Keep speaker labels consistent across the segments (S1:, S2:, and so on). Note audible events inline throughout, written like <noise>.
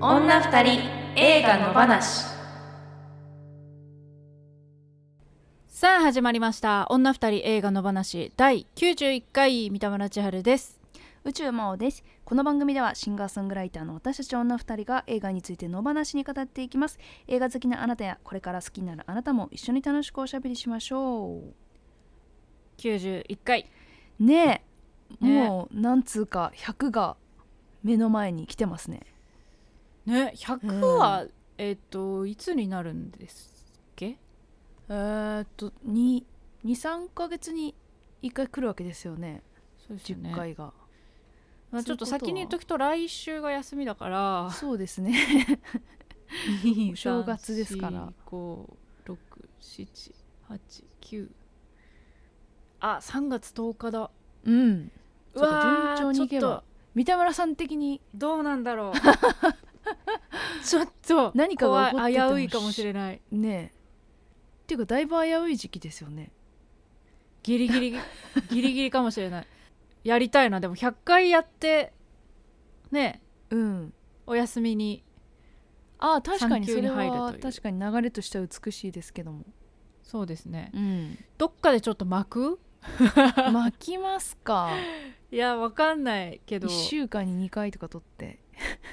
S1: た二人映画の話
S2: さあ始まりました女二人映画の話第91回三田村千春です
S3: 宇宙魔王ですこの番組ではシンガーソングライターの私たち女二人が映画についての話に語っていきます映画好きなあなたやこれから好きになるあなたも一緒に楽しくおしゃべりしましょ
S2: 91回
S3: うねえ
S2: ね
S3: もうなんつうか100が目の前に来てますね
S2: ね100は、えっ、といつになるんですっけ
S3: えー、っと23ヶ月に1回来るわけですよね
S2: そうですよね、
S3: が
S2: まあ、ちょっと先に言っとくと来週が休みだから
S3: そうですね
S2: お
S3: <laughs> 正月ですから
S2: 56789あ3月10日だ
S3: うん
S2: う
S3: そうか
S2: わ
S3: 順調にいけ
S2: ちょっ
S3: ば
S2: と
S3: 三田村さん的に
S2: どうなんだろう
S3: <laughs>
S2: ちょっと
S3: 何かが起こってても
S2: 怖い危ういかもしれない
S3: ねえっていうかだいぶ危うい時期ですよね
S2: ギリ <laughs> ギリギリギリかもしれないやりたいなでも100回やってね
S3: うん
S2: お休みに
S3: ああ確かに
S2: 産休
S3: そ
S2: に
S3: れ
S2: 入るという
S3: は確かに流れとしては美しいですけども、
S2: そうですね
S3: うん、
S2: どっかでちょっと巻く
S3: 巻きますか
S2: いやわかんないけど
S3: 1週間に2回とか取って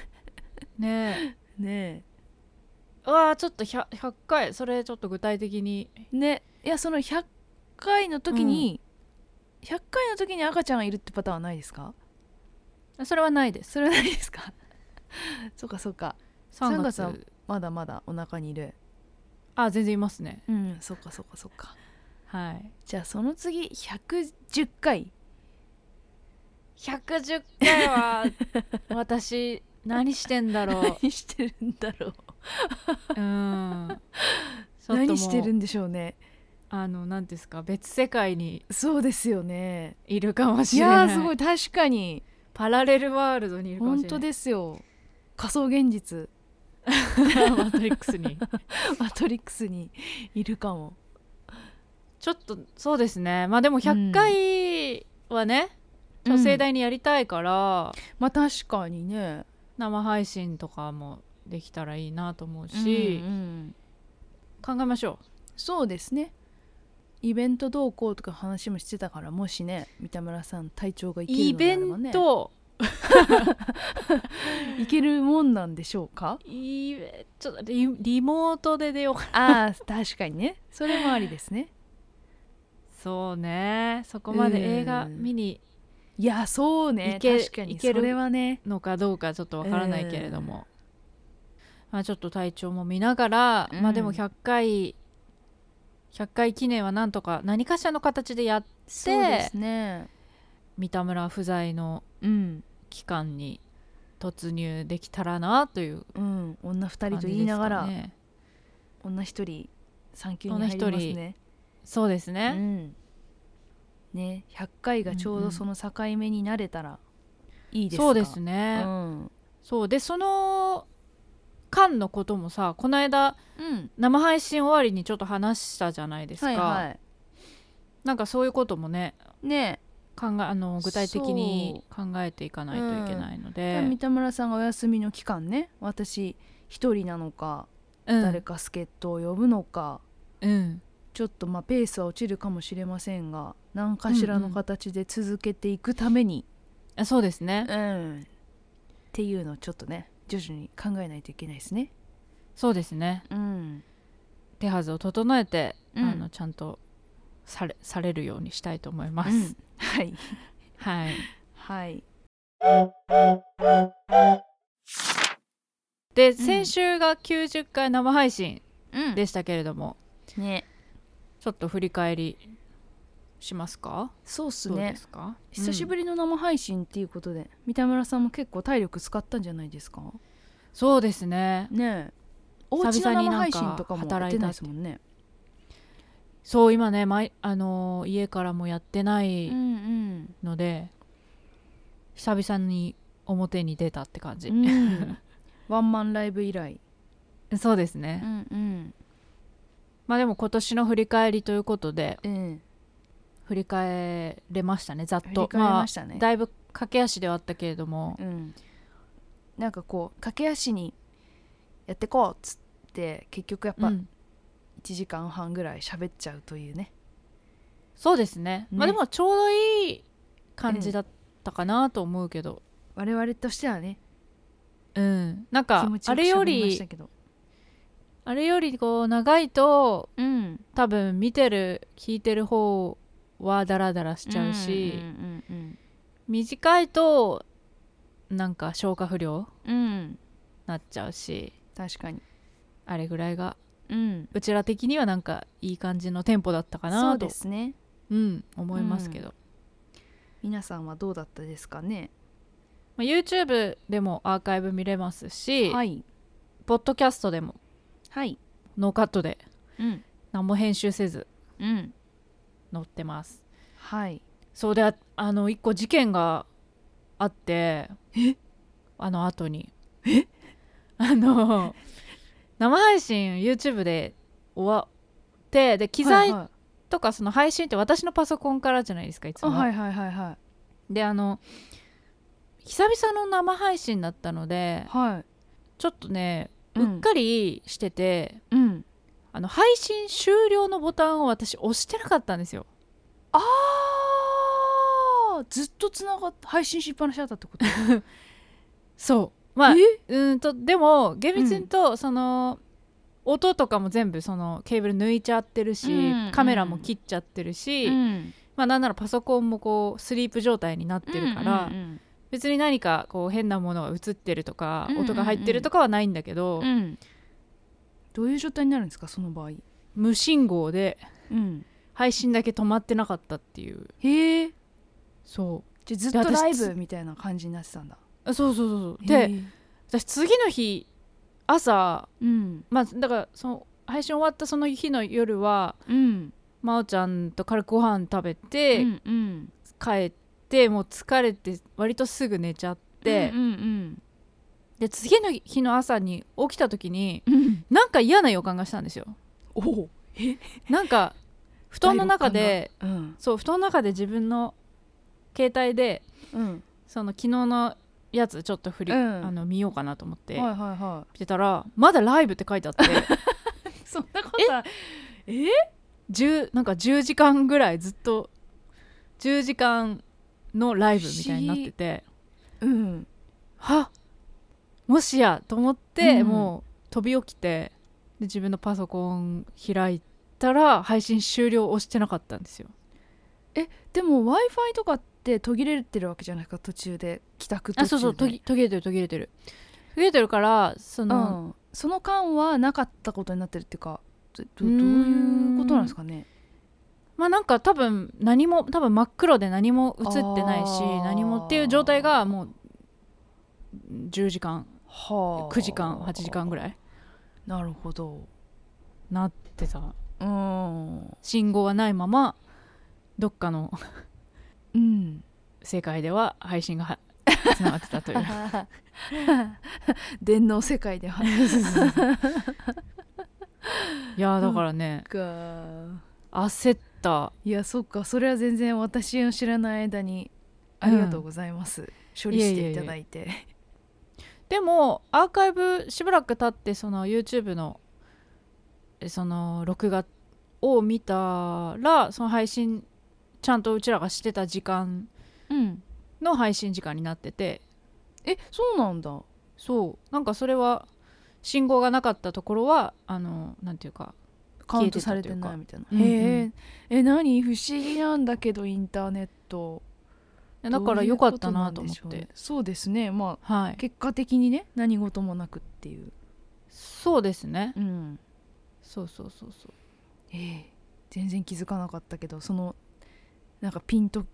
S2: <laughs> ね
S3: ね
S2: うわーちょっと 100, 100回それちょっと具体的に
S3: えねいやその100回の時に、100回の時に赤ちゃんがいるってパターンはないですか
S2: それはないです
S3: それはないですか <laughs> そうかそうか
S2: 3月
S3: 三月まだまだお腹にいる
S2: あ全然いますね
S3: うんそうかそうかそうか
S2: はい
S3: じゃあその次110回
S2: 110回 <laughs> は私何してんだろ
S3: 何してるんだろう
S2: <laughs> ううんちょっともう
S3: 何してるんでしょうね
S2: あの何ですか別世界に
S3: そうですよね
S2: いるかも
S3: い
S2: しれない
S3: やーすごい確かに
S2: パラレルワールドにいるかもしれ
S3: 本
S2: な
S3: 当
S2: い
S3: ですよ仮想現実
S2: マトリックスに
S3: マトリックスにいるかも
S2: <laughs> ちょっとそうですねまあでも100回はね、
S3: うん
S2: 女性大にやりたいから、
S3: まあ確かにね
S2: 生配信とかもできたらいいなと思うし、
S3: うんうん
S2: 考えましょ
S3: そうですねイベントどうこうとか話もしてたからもしね三田村さん体調がいうける
S2: イ
S3: ので
S2: ベ
S3: あればね
S2: ント、
S3: いけるもんなんでしょうか
S2: イベちょっとリリモートで出ようか
S3: ああ確かにねそれもありですね
S2: そうねそこまで映画
S3: うん
S2: 見に
S3: いやそうね
S2: いけ
S3: 確かに
S2: いけ
S3: そ
S2: る
S3: れはね
S2: のかどうかちょっとわからないけれども、まあ、ちょっと体調も見ながら、
S3: うん
S2: まあでも100回100回記念はなんとか何かしらの形でやって
S3: そうですね
S2: 三田村不在の
S3: うん
S2: 期間に突入できたらなという
S3: うん女二
S2: 感じ
S3: 人と
S2: ですか、ね、
S3: 言いながら、女一人産休に入ります
S2: 女一
S3: ね
S2: そうです
S3: う
S2: ね、
S3: ん、ね100回がちょうどその境目になれたらいいですか、
S2: そうです
S3: う
S2: ね、
S3: ん、
S2: そうでその間のこともさこの間
S3: うん、
S2: 生配信終わりにちょっと話したじゃないですか、
S3: はいは
S2: なんかそういうこともね
S3: いね
S2: 考えあの具体的に考えていかないといけないので、
S3: え、三田村さんがお休みの期間ね私一人なのか、
S2: うん
S3: 誰か助っ人を呼ぶのか
S2: うん
S3: ちょっとまあペースは落ちるかもしれませんが何かしらの形で続けていくために、
S2: あそうですね
S3: うんっていうのをちょっとね徐々に考えないといけないですね。
S2: そうですね
S3: うん、
S2: 手はずを整えて、
S3: うん
S2: あのちゃんとされされるようにしたいと思います、
S3: うんはい、
S2: はい
S3: はい、
S2: で先週が90回生配信
S3: うん
S2: でしたけれども、
S3: ね
S2: ちょっと振り返りしますか
S3: そうっす
S2: どう
S3: ね
S2: ですか
S3: 久し
S2: り、
S3: ぶりの生配信っていうことで、三田村さんも結構体力使ったんじゃないですか
S2: うんそうですね
S3: ねえおうち
S2: 久々
S3: の
S2: に
S3: 生
S2: なん
S3: 配
S2: か
S3: 信とかもやってないですもんね
S2: そう今ね、まいあのー家からもやってない
S3: ん
S2: ので、久々に表に出たって感じ、
S3: うんワンマンライブ以来
S2: <laughs> そうですね、
S3: んうん
S2: まあでも今年の振り返りということで
S3: うん
S2: 振り返れましたねざっ
S3: 振
S2: と
S3: り返りましたね
S2: あ、だいぶ駆け足ではあったけれども、
S3: うんなんかこう駆け足にやってこうっつって結局やっぱ
S2: う
S3: 1
S2: ん
S3: 時間半ぐらい喋っちゃうというね、
S2: そうですねまあ
S3: ね
S2: でもちょうどいい感じだったかなと思うけど
S3: 我々としてはね
S2: うんなん
S3: 気
S2: か
S3: 持ち
S2: あ
S3: よく
S2: れよ
S3: 喋りまし
S2: り
S3: たけど
S2: あれよりこう長いと
S3: うん
S2: 多分見てる聞いてる方はダラダラしちゃうし、
S3: うんうん
S2: 短いとなんか消化不良
S3: うんうん、うん、
S2: なっちゃうし
S3: 確かに
S2: あれぐらいが
S3: うん
S2: うちら的にはなんかいい感じのテンポだったか
S3: そ
S2: な
S3: う
S2: と
S3: で
S2: う、
S3: すね
S2: ん、思いますけど、
S3: 皆さんはどうだったですかね
S2: まあ、YouTube でもアーカイブ見れますし、
S3: はい
S2: ポッドキャストでも
S3: はい
S2: ノーカットで
S3: うん
S2: 何も編集せず
S3: うん
S2: 載ってます
S3: はい
S2: そうでああの一個事件があってあの後にあの生配信 YouTube で終わってで機材
S3: はいはい
S2: とかその配信って私のパソコンからじゃないですかいつ
S3: あ
S2: も、
S3: はいはいはいは
S2: であの久々の生配信だったので
S3: いはい
S2: ちょっとね
S3: うん
S2: うっかりしてて、
S3: うん
S2: あの配信終了のボタンを私押してなかったんですよ
S3: あーずっとつながっ配信しっぱなしだったってこと
S2: そうまあ
S3: え
S2: うーんとでも厳密に言うと、その音とかも全部そのケーブル抜いちゃってるし、
S3: うん
S2: カメラも切っちゃってるし、
S3: うん
S2: まあなんならパソコンもこうスリープ状態になってるから、
S3: うん
S2: 別に何かこう変なものが映ってるとか、
S3: うんうんうん
S2: 音が入ってるとかはないんだけど、
S3: うんうんうんどういう状態になるんですかその場合
S2: 無信号で
S3: うん
S2: 配信だけ止まってなかったっていう
S3: へえ
S2: そ
S3: じゃあずっと
S2: で私
S3: ライブみたいな感じになってたんだ
S2: うそうそうそうそう
S3: へ
S2: で
S3: ー
S2: 私次の日朝
S3: うん
S2: まあだからその配信終わったその日の夜は
S3: うん
S2: 真央ちゃんと軽くご飯食べて、
S3: うんうん
S2: 帰ってもう疲れて割とすぐ寝ちゃって、
S3: うんうん
S2: で次の日の朝に起きた時に
S3: うんうん
S2: なんか嫌な予感がしたんですよ
S3: おおえ
S2: なんか布団の中で
S3: うん
S2: そう布団の中で自分の携帯で
S3: うん
S2: その昨日のやつちょっと振り、
S3: うん
S2: あの見ようかなと思って、
S3: はいはいは
S2: 見てたらまだライブって書いてあって <laughs>
S3: いそんなことは
S2: 10なんか10時間ぐらいずっと10時間のライブみたいになってて
S3: うん
S2: はもしやと思って、
S3: うん
S2: もう飛び起きてで自分のパソコン開いたら配信終了を押してなかったんですよ
S3: でも w i f i とかって途切れてるわけじゃないですか途中で帰宅途中
S2: あ
S3: で
S2: そうそう途切途切れてる途切れてる途切れてるからそうの、
S3: ん、その間はなかったことになってるっていうかどど
S2: う
S3: ど
S2: ー
S3: うんいうことなんですかね
S2: まあなんか多分何も多分真っ黒で何も映ってないし
S3: あー
S2: 何もっていう状態がもう10時間
S3: はあ
S2: 9時間8時間ぐらい
S3: なるほど
S2: なってた
S3: うん
S2: 信号がないままどっかの
S3: うん
S2: 世界では配信がつながってた
S3: <laughs>
S2: という
S3: 電脳世界では
S2: いやーだからね、
S3: か
S2: 焦った
S3: いやそっかそれは全然私の知らない間にありがとうございます、処理していただいて
S2: でもアーカイブしばらく経ってその YouTube のえその録画を見たらその配信ちゃんとうちらがしてた時間
S3: うん
S2: の配信時間になってて
S3: えそうなんだ
S2: そうなんかそれは信号がなかったところはあのなんていうか
S3: カウ
S2: 消え
S3: ン
S2: て
S3: ト
S2: た
S3: さ
S2: とい
S3: れ
S2: うか
S3: てないみたいな、
S2: うんうん
S3: へええ何不思議なんだけどインターネット
S2: だから良かったなと思って
S3: そうですねま
S2: は
S3: あ
S2: い
S3: 結果的にね何事もなくっていう、
S2: そうですね
S3: うん
S2: そうそうそうそう
S3: ええ全然気づかなかったけどそのなんかピンと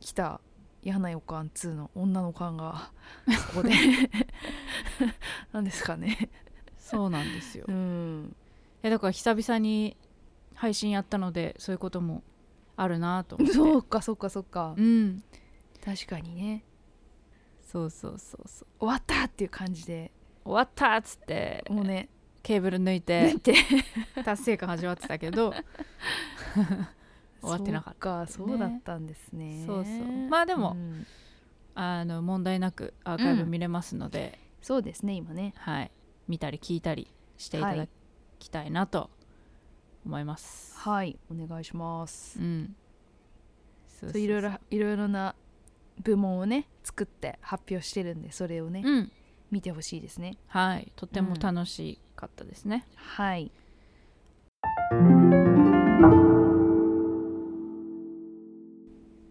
S3: きた嫌な予感つうの女の
S2: <laughs>
S3: 感がここで <laughs> なんですかね
S2: そうなんですよ
S3: うん
S2: えだから久々に配信やったのでそういうこともあるなと思って
S3: <laughs> そうかそうかそうか、
S2: うん
S3: 確かにね
S2: そうそうそうそう
S3: 終わったっていう感じで
S2: 終わったっつって
S3: もうね
S2: ケーブル抜い
S3: <laughs> ね
S2: て
S3: って
S2: <laughs> 達成感始まってたけど終わってなかったってい
S3: そうう
S2: ね
S3: かそうだったんですね
S2: そうそうまあでも
S3: ん
S2: あの問題なくアーカイブ見れますので、
S3: そうですね今ね
S2: はい見たり聞いたりしていた
S3: は
S2: だ
S3: い
S2: きたいなと思います。
S3: はいお願いします
S2: うん。そうそう
S3: そういろいろいろいろな部門をね作って発表してるんでそれをね、
S2: うん。
S3: 見てほしいですね
S2: はい。とても
S3: うん
S2: 楽しかったですね。
S3: はい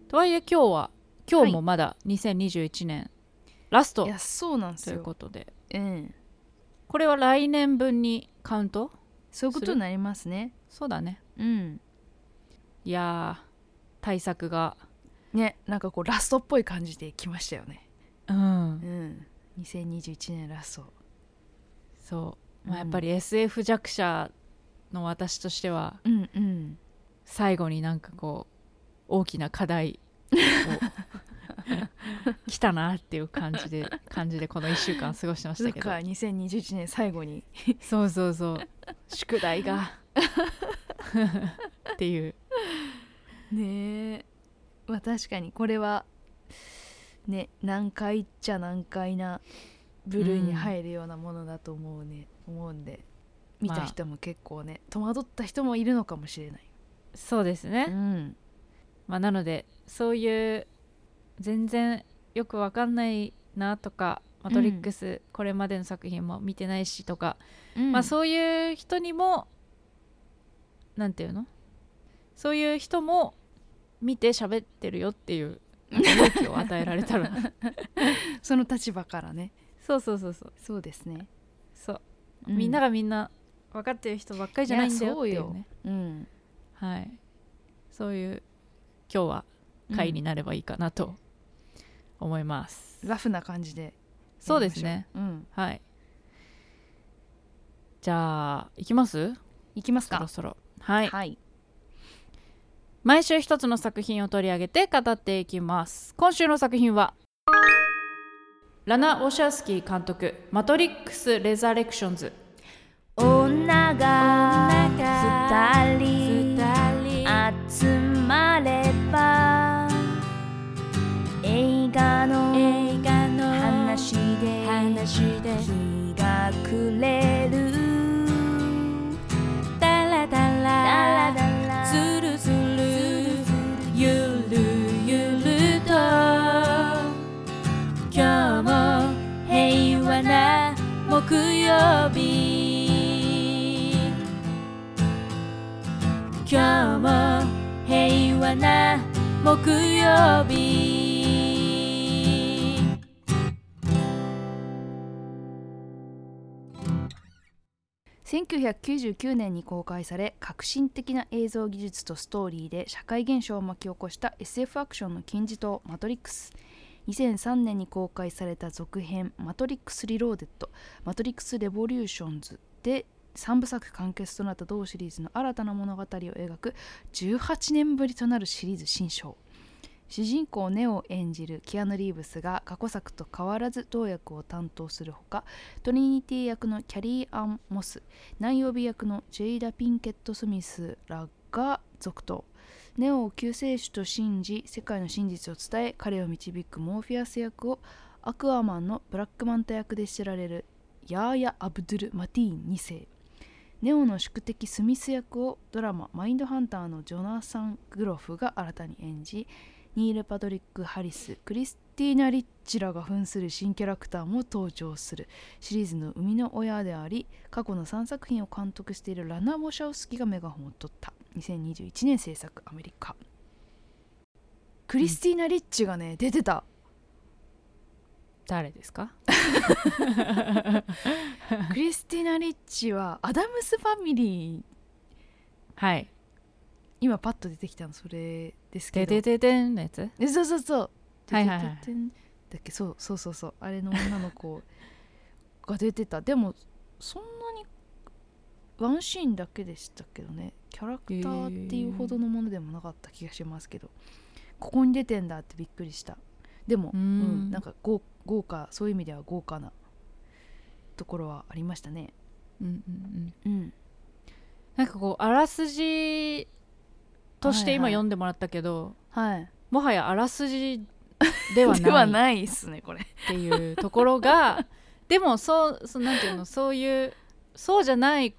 S2: とはいえ今日は今日もまだ2021年ラス
S3: い
S2: ト
S3: やそうなんです
S2: という
S3: よ
S2: ことで、
S3: うん
S2: これは来年分にカウント
S3: そういうこ
S2: す
S3: と
S2: る
S3: になりますね
S2: そうだね。
S3: うん
S2: いやー対策が
S3: ねなんかこうラストっぽい感じで来ましたよね
S2: う
S3: うんん2021年ラスト
S2: そう、まあ、や
S3: うん
S2: っぱり SF 弱者の私としては
S3: うんうん
S2: 最後になんかこう大きな課題 <laughs> を来たなっていう感じで感じでこの1週間過ごしてまし
S3: そ
S2: た
S3: っ
S2: <laughs> けど
S3: か2021年最後に
S2: そうそうそう宿題がっていう
S3: ねえまあ確かにこれはね難解っちゃ難解な部類に入るようなものだと思うね、思うんで見た人も結構ね、戸惑った人もいるのかもしれない
S2: そうですね、
S3: うん
S2: まあ、なのでそういう全然よくわかんないなとか「マトリックス」これまでの作品も見てないしとか、まあ
S3: う
S2: そういう人にもなんていうのそういう人も見て喋ってるよっていうなんか勇気を与えられたら
S3: んその立場からね
S2: <laughs> そうそうそうそう
S3: そうですね、
S2: そう、
S3: う
S2: みんながみんな分かってる人ばっかりじゃないんだよってい
S3: いや
S2: う
S3: そう
S2: ね
S3: ようん
S2: はいそういう今日は回になればいいかなと思います、
S3: ラフな感じでやりましょ
S2: そうですね
S3: うん
S2: はいじゃあ行きます
S3: いきます
S2: そろ
S3: か
S2: そろはい
S3: はい
S2: 毎週一つの作品を取り上げて語っていきます今週の作品はラナ・ウォシャスキー監督「マトリックス・レザレクションズ
S1: 女が二人集まれば映画の話で日が暮れるダラダラズルズルゆるゆると今日も平和な木曜日今日も平和な木曜日
S3: 1999年に公開され革新的な映像技術とストーリーで社会現象を巻き起こした SF アクションの金字塔「マトリックス」2003年に公開された続編「マトリックス・リローデッド」「マトリックス・レボリューションズ」で3部作完結となった同シリーズの新たな物語を描く18年ぶりとなるシリーズ新章主人公ネオを演じるキアヌ・リーブスが過去作と変わらず同役を担当するほかトリニティ役のキャリー・アン・モスナイオビ役のジェイダ・ピンケット・スミスらが続投ネオを救世主と信じ世界の真実を伝え彼を導くモーフィアス役をアクアマンのブラックマンタ役で知られるヤーヤ・アブドゥル・マティーン2世ネオの宿敵スミス役をドラマ「マインドハンター」のジョナサン・グロフが新たに演じニール・パトリック・ハリスクリスティーナ・リッチらが扮する新キャラクターも登場するシリーズの生みの親であり過去の3作品を監督しているラナ・ウォシャウスキがメガホンを取った2021年制作アメリカクリスティーナ・リッチがね出てた
S2: 誰ですか
S3: クリスティーナ・リッチはアダムス・ファミリー
S2: はい
S3: 今パッと出てきたのそれで
S2: 「
S3: すけ
S2: て
S3: ど
S2: てててん」のやつ
S3: えそうそうそう
S2: はいはいはい
S3: てててんだっけそうそうそうそうあれの女の子が出てたでもそんなにワンシーンだけでしたけどねキャラクターっていうほどのものでもなかった気がしますけど、ここに出てんだってびっくりしたでも
S2: う
S3: うんん、なんか豪豪華そういう意味では豪華なところはありましたね
S2: うんうんうん
S3: うん
S2: なんかこうあらすじとして今
S3: はいはい
S2: 読んでもらったけど、
S3: はい
S2: もはやあらすじでは
S3: では
S2: ない
S3: ないっすねこれ
S2: っていうところが <laughs> でもそうそうなんていうのそういうそうじゃない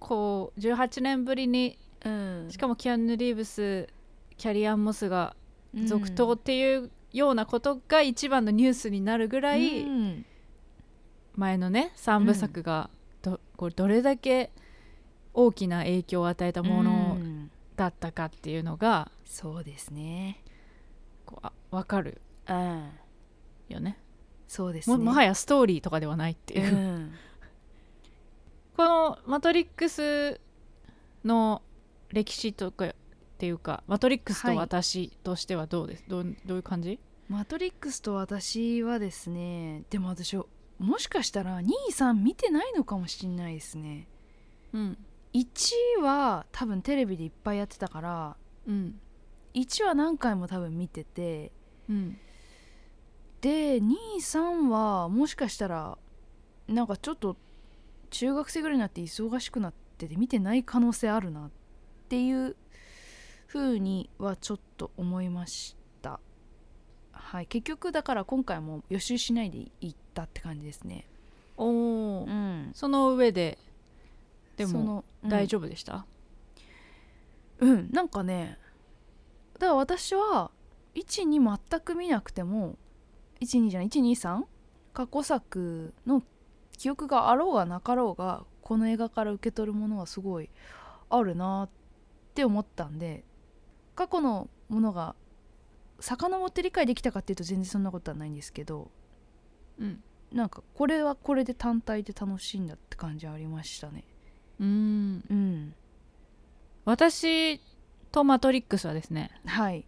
S2: こう18年ぶりに
S3: うん
S2: しかもキアヌ・リーブスキャリアン・モスが
S3: うん
S2: 続投っていうようなことが一番のニュースになるぐらい
S3: うん
S2: 前のね3部作がどこうどれだけ大きな影響を与えたもの
S3: うん
S2: だったかっていうのが
S3: そうですね
S2: こうあ分かる
S3: うん
S2: よね
S3: そうですね
S2: ももは
S3: や
S2: やストーリーとかではないっていうう、
S3: ん
S2: <laughs> この「マトリックス」の歴史とかっていうか「マトリックス」
S3: は
S2: と
S3: い
S2: 私としてはどうです、どうどういう感じ
S3: マトリックスと私はですねでも私もしかしたら兄さん見てないのかもしれないですね
S2: うん
S3: 1は多分テレビでいっぱいやってたから
S2: うん
S3: 1は何回も多分見てて
S2: うん
S3: で23はもしかしたらなんかちょっと中学生ぐらいになって忙しくなってて見てない可能性あるなっていう風にはちょっと思いましたはい結局だから今回も予習しないで行ったって感じですね
S2: おお、
S3: うん
S2: その上でで
S3: そ
S2: も
S3: のうん
S2: 大丈夫でした、
S3: うんなんかねだから私は12全く見なくても12じゃない123過去作の記憶があろうがなかろうがこの映画から受け取るものはすごいあるなって思ったんで過去のものが遡って理解できたかっていうと全然そんなことはないんですけど
S2: うん
S3: なんかこれはこれで単体で楽しいんだって感じはありましたね
S2: うーん
S3: うん
S2: 私と「マトリックス」はですね、
S3: はい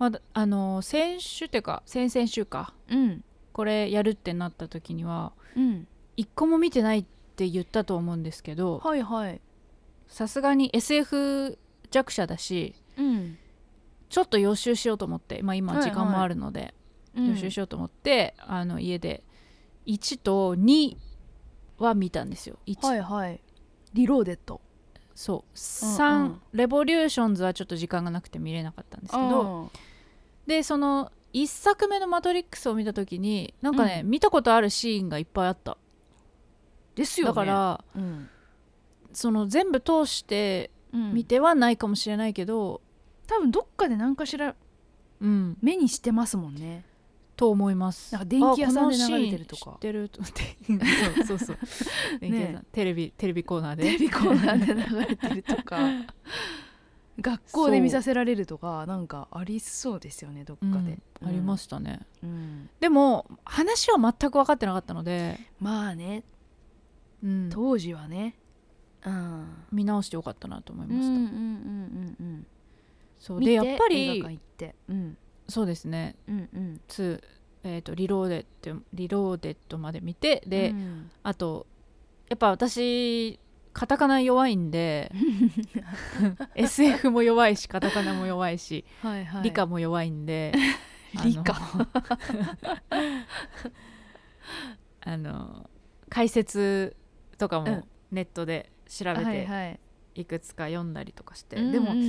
S2: まだ、あの先週っていうか先々週か
S3: うん
S2: これやるってなった時には
S3: うん
S2: 一個も見てないって言ったと思うんですけど
S3: はいはい
S2: さすがに SF 弱者だし
S3: うん
S2: ちょっと予習しようと思って、まあ、今
S3: はいはい
S2: 時間もあるので、
S3: うん
S2: 予習しようと思ってあの家で1と2は見たんですよ。1
S3: はいはいリローデッド
S2: そう
S3: う
S2: 3、
S3: んうん
S2: レボリューションズはちょっと時間がなくて見れなかったんですけど、でその1作目の「マトリックス」を見た時になんかね、
S3: う
S2: 見たことあるシーンがいっぱいあった、
S3: ですよ
S2: だ
S3: ね
S2: から
S3: うん
S2: その全部通して
S3: うん
S2: 見てはないかもしれないけど、
S3: 多分どっかで何かしら
S2: うん
S3: 目にしてますもんね
S2: と思います
S3: なんか電気屋さんで流れてるとか
S2: あこのシーン知ってると <laughs> そうそうそう電気屋さん、
S3: ね
S2: テレビテレビコーナーで
S3: <laughs> テレビコーナーで流れてるとか <laughs> 学校で見させられるとかなんかありそうですよねどっかで、、
S2: うんありますしたね、
S3: うん
S2: でも話は全く分かってなかったので、
S3: まあね
S2: うん
S3: 当時はねうん
S2: 見直してよかったなと思い
S3: うんう
S2: ま
S3: んう
S2: し
S3: ん
S2: た、
S3: うん
S2: そううんで
S3: 見
S2: やってぱ
S3: 映
S2: り
S3: 画館行ってうん
S2: そうですね
S3: うんうん
S2: 2、えー、とリローデッドリローデッドまで見てで、
S3: うん
S2: あとやっぱ私カタカナ弱いん
S3: <laughs>
S2: で SF も弱いしカタカナも弱いし、
S3: はいはい
S2: 理科も弱いんであの
S3: <laughs> 理科
S2: あの解説とか
S3: うん
S2: もネットで調べ
S3: はい
S2: て
S3: はい
S2: いくつか読んだりとかして、
S3: で
S2: で
S3: も
S2: も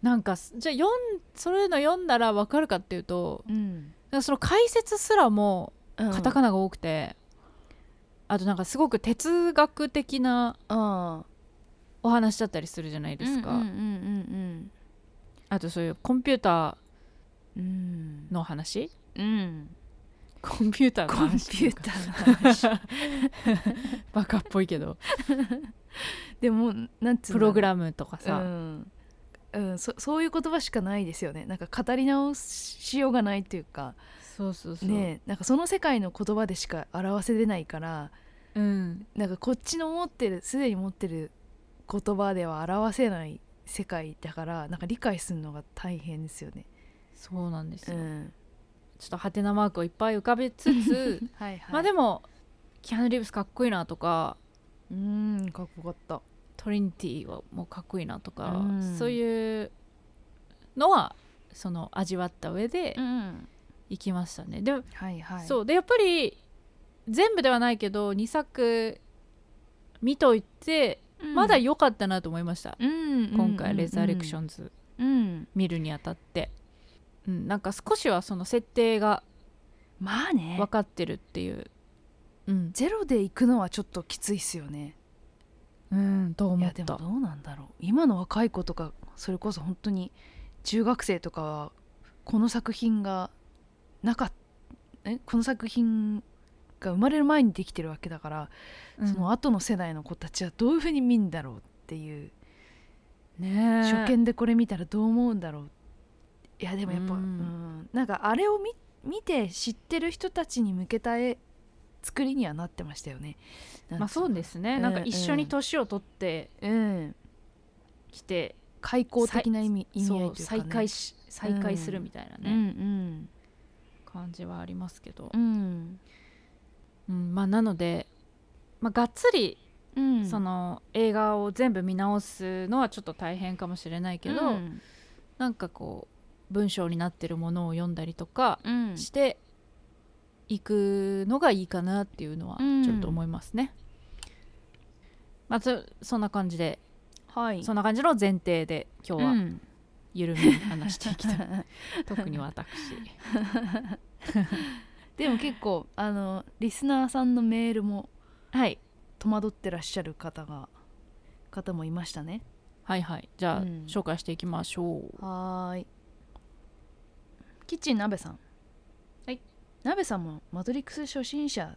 S2: なんかすじゃあ読んそういうの読んだらわかるかっていうと
S3: うん
S2: なんかその解説すらもカタ
S3: ナ
S2: カナが多くて、あとなんかすごく哲学的な
S3: あ
S2: お話だったりするじゃない
S3: で
S2: ですか、
S3: うんうん
S2: あとそういうコンピュータ
S3: うんうん
S2: ーの話
S3: うん
S2: コンピューターの
S3: コンピ
S2: 話
S3: ューターの <laughs> 話
S2: バカっぽいけど
S3: でもなんつう
S2: プログ
S3: ラ
S2: ラムとかさ、
S3: うん、うん、そそういう言葉しかないですよねなんか語り直しようがないっていうか
S2: そうそうそう、
S3: ねえなんかその世界の言葉でしか表せれないから
S2: うん、
S3: なんかこっちの持ってるすでに持ってる言葉では表せない世界だからなんか理解するのが大変ですよね。
S2: そうなんですよ、
S3: ん、
S2: ちょっとハテナマークをいっぱい浮かべつつ
S3: <laughs> はいはい。
S2: まあでもキアヌ・リーブスかっこいいなとか
S3: うんかっこよかった。
S2: トリニティはもうかっこいいなとか、
S3: うん
S2: そういうのはその味わった上で
S3: ん、
S2: 行きましたね、でも
S3: はいはい。
S2: そうでやっぱり全部ではないけど2作見といて
S3: うん
S2: まだ良かったなと思いました、今
S3: 今
S2: 回「レザレクショ
S3: ン、
S2: ンズ
S3: うん」
S2: 見るにあたって、うん、なんか少しはその設定が
S3: まあね
S2: 分かってるっていううん、
S3: ゼロで行くのはちょっときついっすよね
S2: うん、と
S3: い
S2: 思
S3: や
S2: っ
S3: で
S2: た
S3: もどうなんだろう今の若い子とかそれこそ本当に中学生とかはこの作品がなかっえこの作品が生まれる前にできてるわけだから、
S2: うん
S3: その後の世代の子たちはどういうふうに見んだろうっていう、
S2: ねえ
S3: 初見でこれ見たらどう思うんだろういやでもやっぱ、
S2: う
S3: うんんなんかあれを見見て知ってる人たちに向けた絵作りにはなってましたよね。なん
S2: まあ
S3: つの
S2: そうですね、なんか一緒に年を取って
S3: うん、
S2: きて、
S3: 開口的な意味意味合い
S2: そう
S3: というか、ね、
S2: 再会し再会するみたいな
S3: う
S2: ね、
S3: ん
S2: 感じはありますけど
S3: う、ん
S2: うんまあ、なので、まあ、がっつり
S3: うん
S2: その映画を全部見直すのはちょっと大変かもしれないけど、
S3: うん
S2: なんかこう文章になってるものを読んだりとか
S3: うん
S2: していくのがいいかなっていうのは
S3: うん
S2: ちょっと思いますね。まあ、そそんな感じで
S3: はい
S2: そんな感じの前提で今日
S3: う
S2: は
S3: ん
S2: 緩めに話していきたい、
S3: <laughs>
S2: 特に私。
S3: でも結構あのリスナーさんのメールも
S2: はい
S3: 戸惑ってらっしゃる方が方もいましたね
S2: はいはいじゃあ、
S3: うん
S2: 紹介していきましょう
S3: はーいキッチン鍋さん
S2: はい
S3: 鍋さんもマトリックス初心者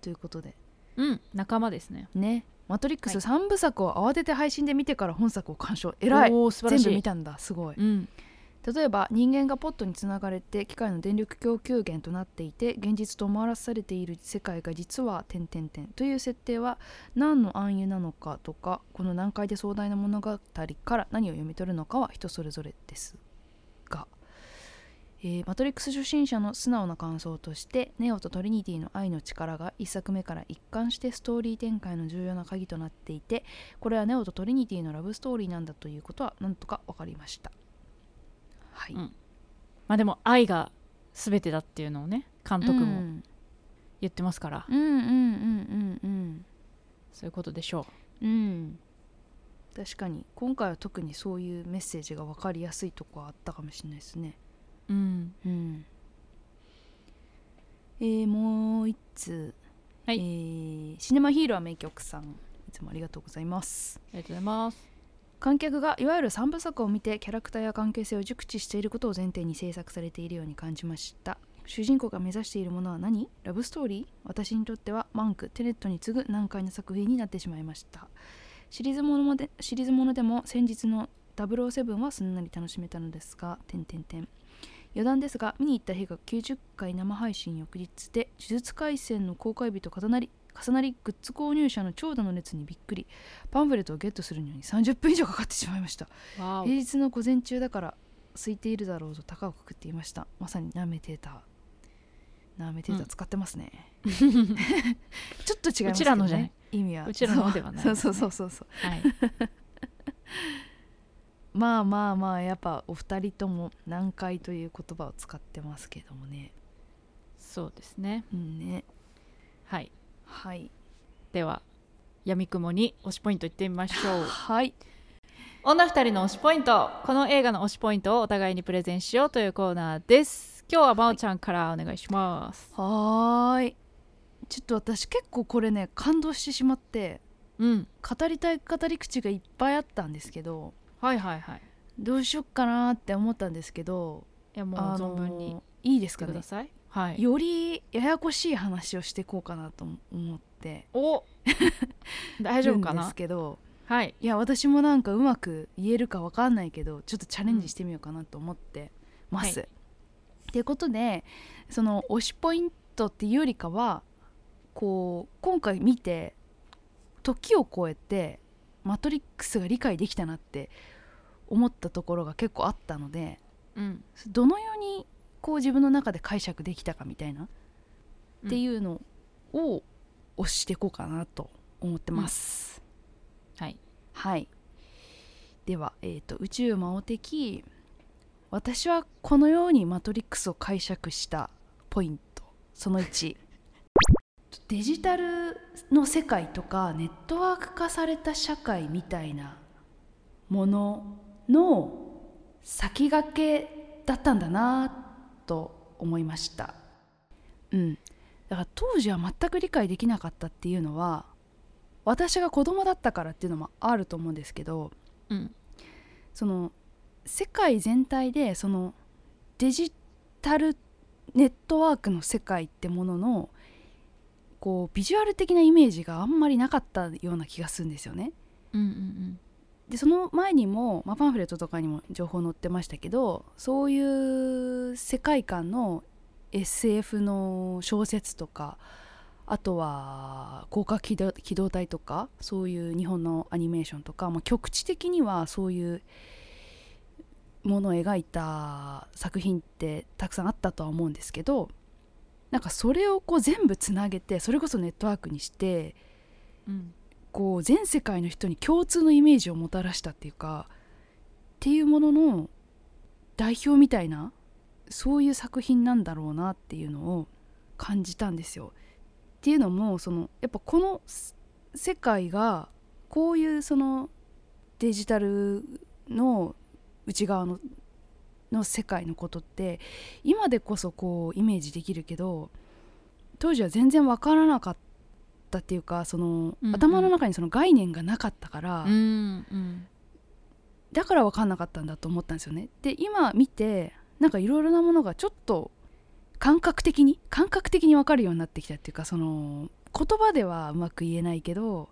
S3: ということで
S2: うん仲間ですね
S3: ねマトリック
S2: は
S3: ス
S2: い
S3: 3部作を慌てて配信で見てから本作を鑑賞偉い
S2: おー素晴ら
S3: 全
S2: しい
S3: 部見たんだすごい
S2: うん
S3: 例えば人間がポットにつながれて機械の電力供給源となっていて現実と思わされている世界が実は「点々点」という設定は何の暗喩なのかとかこの難解で壮大な物語から何を読み取るのかは人それぞれですが、えーマトリックス初心者の素直な感想としてネオとトリニティの愛の力が1作目から一貫してストーリー展開の重要な鍵となっていてこれはネオとトリニティのラブストーリーなんだということは何とか分かりました。はい、
S2: うんまあでも愛が全てだっていうのをね監督
S3: う
S2: も
S3: ん
S2: 言ってますから、
S3: うんうんうんうん
S2: そういうことでしょ
S3: うんうん確かに今回は特にそういうメッセージが分かりやすいとこはあったかもしれないですね
S2: ううん
S3: うんえーもう一つ、
S2: はい
S3: えーシネマヒーロー名曲さんいつもありがとうございます
S2: ありがとうございます
S3: 観客がいわゆる三部作を見てキャラクターや関係性を熟知していることを前提に制作されているように感じました主人公が目指しているものは何ラブストーリー私にとってはマンクテネットに次ぐ難解な作品になってしまいましたシリーズものまでシリーズものでも先日の007はすんなり楽しめたのですが点点点余談ですが見に行った日が90回生配信翌日で「呪術廻戦」の公開日と重なり重なりグッズ購入者の長蛇の列にびっくりパンフレットをゲットするのに30分以上かかってしまいました
S2: わ
S3: 平日の午前中だから空いているだろうと高をくくっていましたまさにナメテーターナメテーター使ってますね、ちょっと違いますけ
S2: うちら
S3: ど
S2: のじゃない
S3: ね意味は
S2: うちらのではない
S3: そうそうそうそうそう
S2: <laughs> はい、
S3: まあまあまあやっぱお二人とも難解という言葉を使ってますけどもね
S2: そうですね
S3: うんね
S2: はい
S3: はい
S2: では闇雲に推しポイントいってみましょう
S3: はい
S2: <laughs> 女二人の推しポイントこの映画の推しポイントをお互いにプレゼンしようというコーナーです今日はまおちゃんからお願いします、
S3: はーいちょっと私結構これね感動してしまって
S2: うん
S3: 語りたい語り口がいっぱいあったんですけど
S2: はいはいはい
S3: どうしよっかなって思ったんですけど
S2: いやもう
S3: あ
S2: 存
S3: の
S2: 分に言っ
S3: いいです
S2: て
S3: か
S2: くだ
S3: ね
S2: さいはい
S3: よりややこしい話をしていこうかなと思って
S2: <laughs> お大丈夫か
S3: るんで
S2: な
S3: すけど
S2: はい
S3: いや私もなんかうまく言えるかわかんないけどちょっとチャレンジしてみようかなと思ってます。
S2: は
S3: っていうことでその推しポイントっていうよりかはこう今回見て時を超えて「マトリックス」が理解できたなって思ったところが結構あったので
S2: うん
S3: どのようにこう自分の中で解釈できたかみたいな、
S2: うん
S3: っていうのを推していこうかなと思ってます。
S2: はい
S3: はい。では、えーと宇宙魔王的私はこのようにマトリックスを解釈したポイントその1 <laughs> デジタルの世界とかネットワーク化された社会みたいなものの先駆けだったんだなと思いました。うん、だから当時は全く理解できなかったっていうのは私が子供だったからっていうのもあると思うんですけど
S2: うん
S3: その世界全体でそのデジタルネットワークの世界ってもののこうビジュアル的なイメージがあんまりなかったような気がするんですよね。
S2: うんうん
S3: でその前にも、まあ、パンフレットとかにも情報載ってましたけどそういう世界観の SF の小説とかあとは広角機動機動隊とかそういう日本のアニメーションとか、まあ、局地的にはそういうものを描いた作品ってたくさんあったとは思うんですけどなんかそれをこう全部つなげてそれこそネットワークにして
S2: うん
S3: こう全世界の人に共通のイメージをもたらしたっていうかっていうものの代表みたいなそういう作品なんだろうなっていうのを感じたんですよ。っていうのもそのやっぱこのす世界がこういうそのデジタルの内側のの世界のことって今でこそこうイメージできるけど当時は全然わからなかったっていうかその、
S2: うんうん
S3: 頭の中にその概念がなかったから、
S2: うんうんうん
S3: だから分かんなかったんだと思ったんですよね。で今見てなんかいろいろなものがちょっと感覚的に感覚的に分かるようになってきたっていうかその言葉ではうまく言えないけど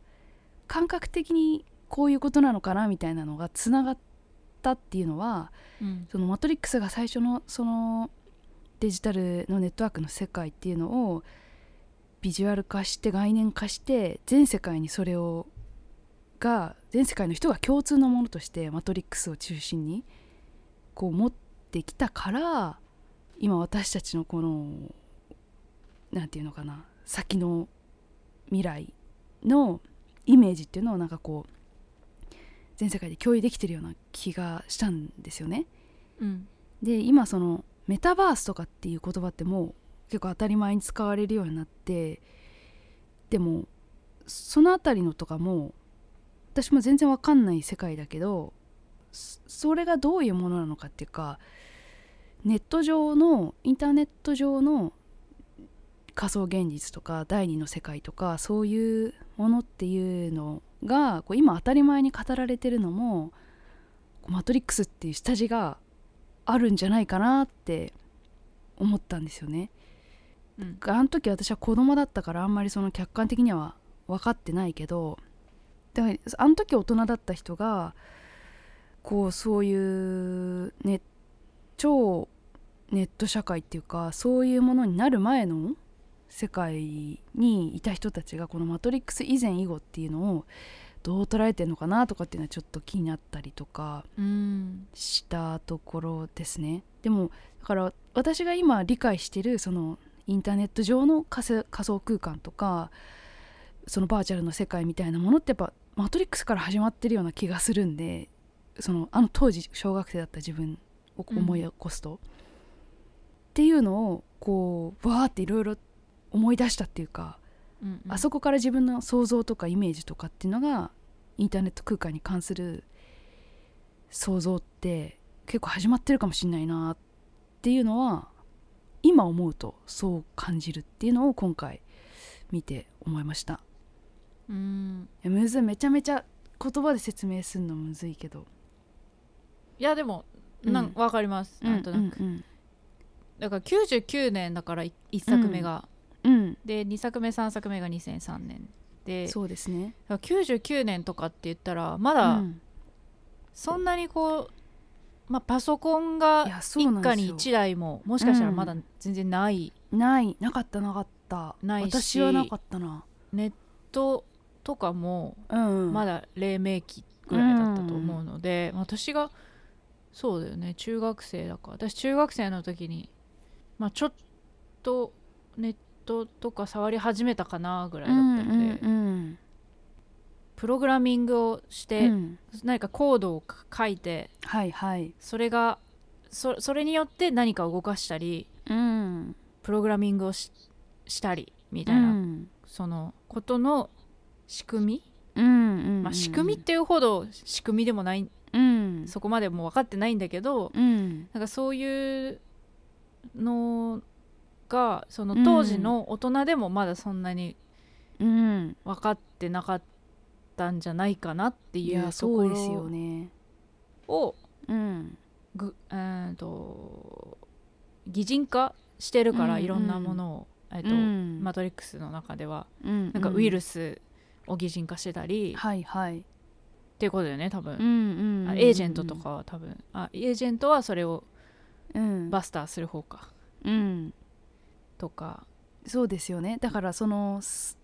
S3: 感覚的にこういうことなのかなみたいなのがつながったっていうのは
S2: うん
S3: そのマトリックスが最初のそのデジタルのネットワークの世界っていうのをビジュアル化して概念化して全世界にそれをが全世界の人が共通のものとしてマトリックスを中心にこう持ってきたから今私たちのこのなんていうのかな先の未来のイメージっていうのをなんかこう全世界で共有できてるような気がしたんですよね。
S2: うん
S3: で今そのメタバースとかっていう言葉ってもう結構当たり前に使われるようになってでもそのあたりのとかも私も全然わかんない世界だけどそそれがどういうものなのかっていうかネット上のインターネット上の仮想現実とか第二の世界とかそういうものっていうのがこう今当たり前に語られてるのもこうマトリックスっていう下地があるんじゃないかなって思ったんですよね。
S2: うん
S3: あの時私は子供だったからあんまりその客観的には分かってないけどだからあの時大人だった人がこうそういうね超ネット社会っていうかそういうものになる前の世界にいた人たちがこの「マトリックス」以前以後っていうのをどう捉えてるのかなとかっていうのはちょっと気になったりとか。
S2: うん
S3: したところですねでもだから私が今理解してるそのインターネット上の仮せ仮想空間とかそのバーチャルの世界みたいなものってやっぱマトリックスから始まってるような気がするんでそのあの当時小学生だった自分を思い起こすと、っていうのをこうわーっていろいろ思い出したっていうか、
S2: うん
S3: あそこから自分の想像とかイメージとかっていうのがインターネット空間に関する想像って結構始まってるかもしんないなっていうのは今思うとそう感じるっていうのを今回見て思いました
S2: うん
S3: いやむずいめちゃめちゃ言葉で説明するのむずいけど
S2: いやでもなん
S3: うん
S2: わかりますなんとなく
S3: うん
S2: だから99年だから1作目が
S3: うんうん
S2: で2作目3作目が2003年
S3: う
S2: で
S3: んそうですね
S2: だから99年とかって言ったらま
S3: う
S2: だ
S3: ん
S2: そんなにこう、まあ、パソコンが
S3: いやそう
S2: 一
S3: なんですよ
S2: 家に一台ももしかしたらまだ全然ない
S3: ないなかったなかった
S2: ないし
S3: 私はなかったな
S2: ネットとかも
S3: うん
S2: ま
S3: だ
S2: だ黎明期ぐらいだったと思うので、私がそうだよね中学生だから私中学生の時に、まあ、ちょっとネットとか触り始めたかなぐらいだったので、
S3: うん
S2: プログラミングをし
S3: う
S2: て、
S3: ん、
S2: 何かコードを書いて
S3: はいはい
S2: それがそそれによって何かを動かしたり
S3: うん
S2: プログラミングをししたりみ
S3: みた
S2: た
S3: い
S2: いな、
S3: な、
S2: そのことの仕組み、ま
S3: まあ
S2: あ、
S3: 仕
S2: 仕
S3: 組
S2: 組
S3: み
S2: みっていうほど仕組みでもない
S3: うん
S2: そこまでもう分かってないんだけどなんかそういうのがその当時の大人でもまだそんなに
S3: うん
S2: 分かってなかったんじゃないかなって
S3: い
S2: いう
S3: や
S2: と
S3: そ
S2: こ
S3: うですよ
S2: ろ
S3: ね
S2: を
S3: うん
S2: ぐうーんと擬人化してるか
S3: う
S2: ら
S3: んうん
S2: いろんなものを、えっと
S3: うん
S2: マトリックスの中では
S3: うん
S2: なんかウイル
S3: ス
S2: スを擬人化してたり、っ
S3: はいはい
S2: ていうことだよね多分、
S3: ん
S2: あエージェントとかは多分あエージェントはそれを
S3: うん
S2: バスターする方か
S3: うん
S2: とか
S3: そうですよねだからそのす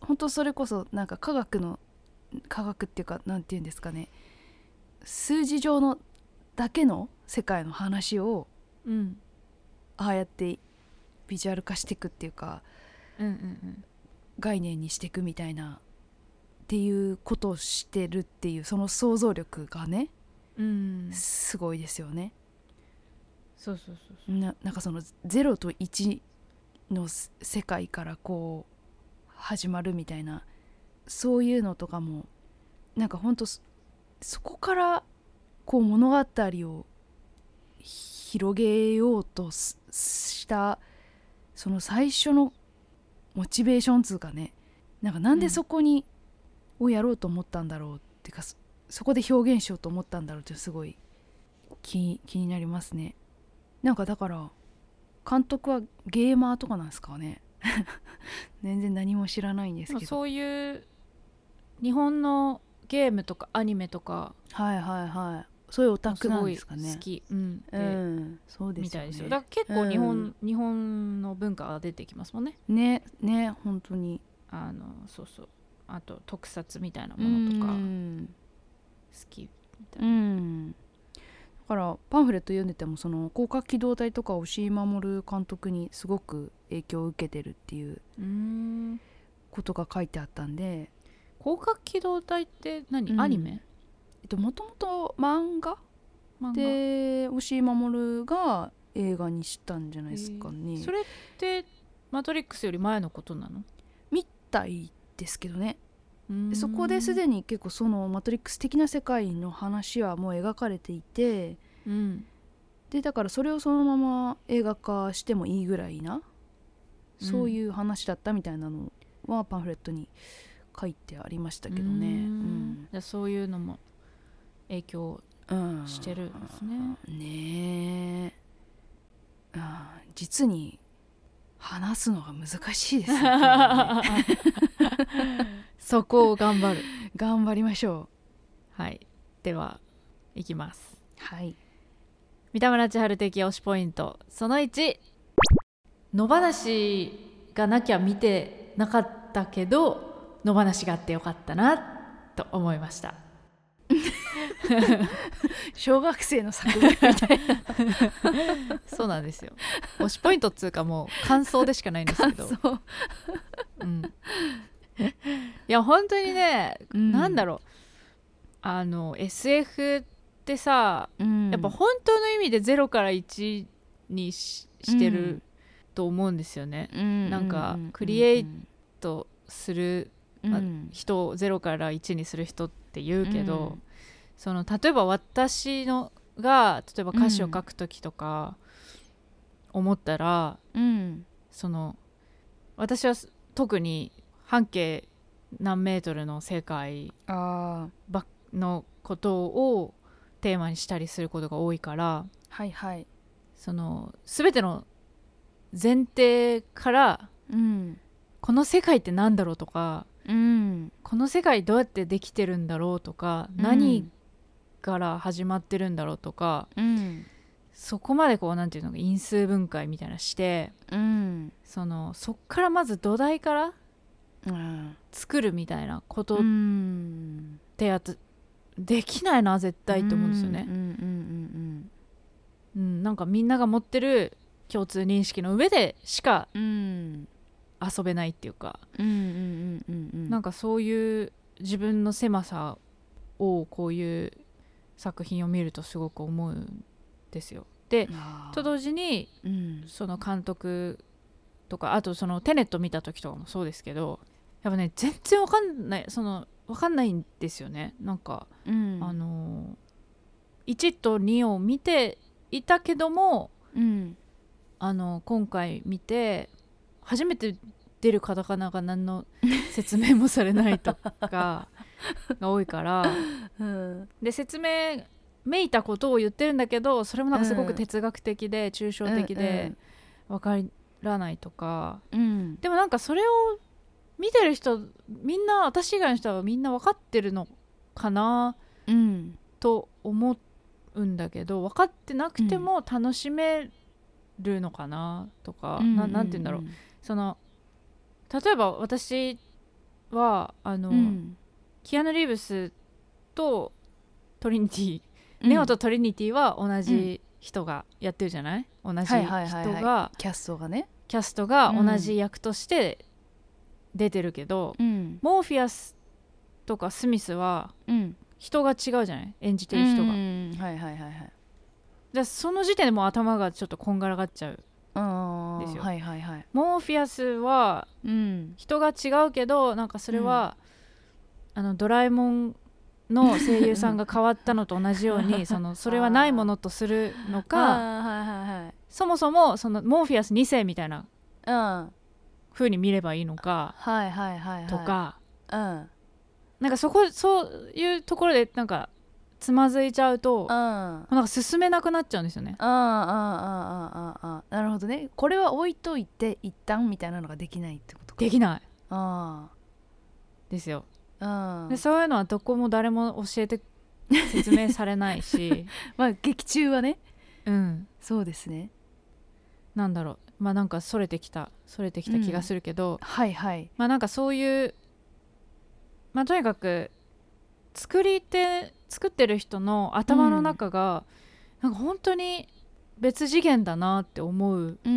S3: 本当それこそなんか科学の科学っていうかなんて言うんですかね数字上のだけの世界の話を
S2: うん
S3: ああやってビジュアル化していくっていうか
S2: うんうん
S3: 概念にしていくみたいなっていうことをしてるっていうその想像力がね
S2: うんうん
S3: すごいですよね。
S2: そうそうそうそう
S3: ななんかその0と1のす世界からこう始まるみたいなそういうのとかもなんかほんとそそこからこう物語を広げようとすしたその最初のモチベーションつうかねなんかなんでそこに、をやろうと思ったんだろうっていうかそそこで表現しようと思ったんだろうってすごい気気になりますね。なんかだから監督はゲーマーとかなんですかね <laughs> 全然何も知らないんです
S2: まあ
S3: けど
S2: そういう日本のゲームとかアニメとか
S3: はいはいはいそういうオタ
S2: す
S3: クなん
S2: ご
S3: で
S2: い
S3: すかね
S2: 好き、うん
S3: う
S2: で
S3: んそうで
S2: み
S3: すよ
S2: たい
S3: ね
S2: ですよだから結構日本、
S3: うん
S2: 日本の文化が出てきますもんね
S3: ねね本当に
S2: あのそうそうあと特撮みたいなものとか
S3: う
S2: 好
S3: ん
S2: きみたいな
S3: うんだからパンフレット読んでてもその広角機動隊とか押井守監督にすごく影響を受けてるっていう
S2: うん
S3: ことが書いてあったんで
S2: 広角機動隊って何、
S3: うん
S2: アニメ
S3: えっともともと漫画
S2: 漫画
S3: で押井守が映画にしたんじゃないですかね、
S2: それってマトリックスより前のことなの
S3: みたいですけどね
S2: うーん
S3: そこですでに結構そのマトリックス的な世界の話はもう描かれていて
S2: うん
S3: でだからそれをそのまま映画化してもいいぐらいなそういう話だったみたいなのはパンフレットに書いてありましたけどね。
S2: うー
S3: うんん
S2: じゃあそういうのも影響
S3: うん
S2: してるんですね
S3: ねえあー実に話すのが難しいですね
S2: <laughs>
S3: 今ね
S2: <laughs> そこを頑張る
S3: 頑張りましょ
S2: はいではいきます
S3: うはい
S2: 三田村千春的推しポイントその1野放しがなきゃ見てなかったけど野放しがあってよかったなと思いました
S3: 小学生の作
S2: <laughs>
S3: 文みたい
S2: そうなんですよ推しポイントっつうかもう感想でしかないんです
S3: <laughs>
S2: けど、
S3: な
S2: うん、いや本当にね、
S3: うん
S2: なんだろうあの SF ってさ
S3: うん
S2: やっぱ本当の意味で0から1にしして
S3: う
S2: る
S3: ん
S2: と思うんですよね。な
S3: な
S2: んかクリエイとするまあ人を0から1にする人って言うけど、
S3: うん
S2: その例えば私のが例えば歌詞を書く時とか思ったら、
S3: うん
S2: その私はす特に半径何メートルの世界
S3: あー
S2: ばのことをテーマにしたりすることが多いから
S3: はいはい
S2: その全ての前提から
S3: うん
S2: この世界って何だろうとか
S3: うん
S2: この世界どうやってできてるんだろうとか、何から始まってるんだろうとか
S3: うん
S2: そこまでこうなんていうのか因数分解みたいなして
S3: うん
S2: そのそっからまず土台から
S3: うん
S2: 作るみたいなこと
S3: う
S2: っ
S3: ん
S2: てやつ、できないな絶対って思うんですよね
S3: うん、うん
S2: うんなんかみんなが持ってる共通認識の上でしか
S3: うんうんうん
S2: 遊べないっていうか、
S3: うんうんうんうんうん
S2: なんかそういう自分の狭さをこういう作品を見るとすごく思うんですよ。で
S3: あー
S2: と同時に
S3: うん
S2: その監督とかあとそのテネット見た時とかもそうですけどやっぱね全然わかんないそのわかんないんですよねなんか、
S3: うん
S2: あの1と2を見ていたけども
S3: うん
S2: あの今回見て初めて出るカタカナが何
S3: <laughs>
S2: の説明もされないとかが多いから
S4: うん
S2: で説明めいたことを言ってるんだけどそれもなんかすごく哲学的で抽象的で分からないとか、
S3: うん
S2: でもなんかそれを見てる人みんな私以外の人はみんな分かってるのかな
S3: うん
S2: と思うんだけど分かってなくても楽しめるのかなとか、ななんて言うんだろう、その例えば私はあの、
S3: うん
S2: キアヌ・リーブスとトリニティ、
S3: うん
S2: ネオとトリニティは同じ人がやってるじゃない同じ人
S3: はいはいはいはい
S2: が
S3: キャストがね
S2: キャストが同じ役として出てるけど、
S3: うん
S2: モーフィアスとかスミスは
S3: うん
S2: 人が違うじゃない演じて
S3: う
S2: る
S3: ん
S2: 人が、
S3: うんはいはいはいはい
S2: でその時点でもう頭がちょっとこんがらがっちゃう
S3: あー
S2: ですよ
S3: はいはいはい
S2: モーフィアスは
S3: うん
S2: 人が違うけどなんかそれは、あのドラえもんの声優さんが変わったのと同じよう
S3: <laughs>
S2: にそのそれはないものとするのか
S3: あーはいはいはい
S2: そもそもそのモーフィアス2世みたいな
S3: うん
S2: 風に見ればいいのか
S3: はいはいはいはい
S2: とか、
S3: うん
S2: なんかそこそういうところでなんかつまずいちゃうと
S3: うんあ
S2: なんか進めなくなっちゃうんですよね。
S3: ああーあーあーあーあーなるほどねこれは置いといて一旦みたいなのができないってことか
S2: できない
S3: あ
S2: ですよ。
S3: あう
S2: で
S3: ん
S2: そういうのはどこも誰も教えて説明されない
S3: <laughs>
S2: し、
S3: まあ劇中はね
S2: うん、
S3: そうですね
S2: なんだろうまあなんかそれてきたそれてきた気がするけど、
S3: はいはい
S2: まあなんかそういうまあとにかく作り手作ってる人の頭の中が、なんか本当に別次元だなって思う
S3: うんうんうんう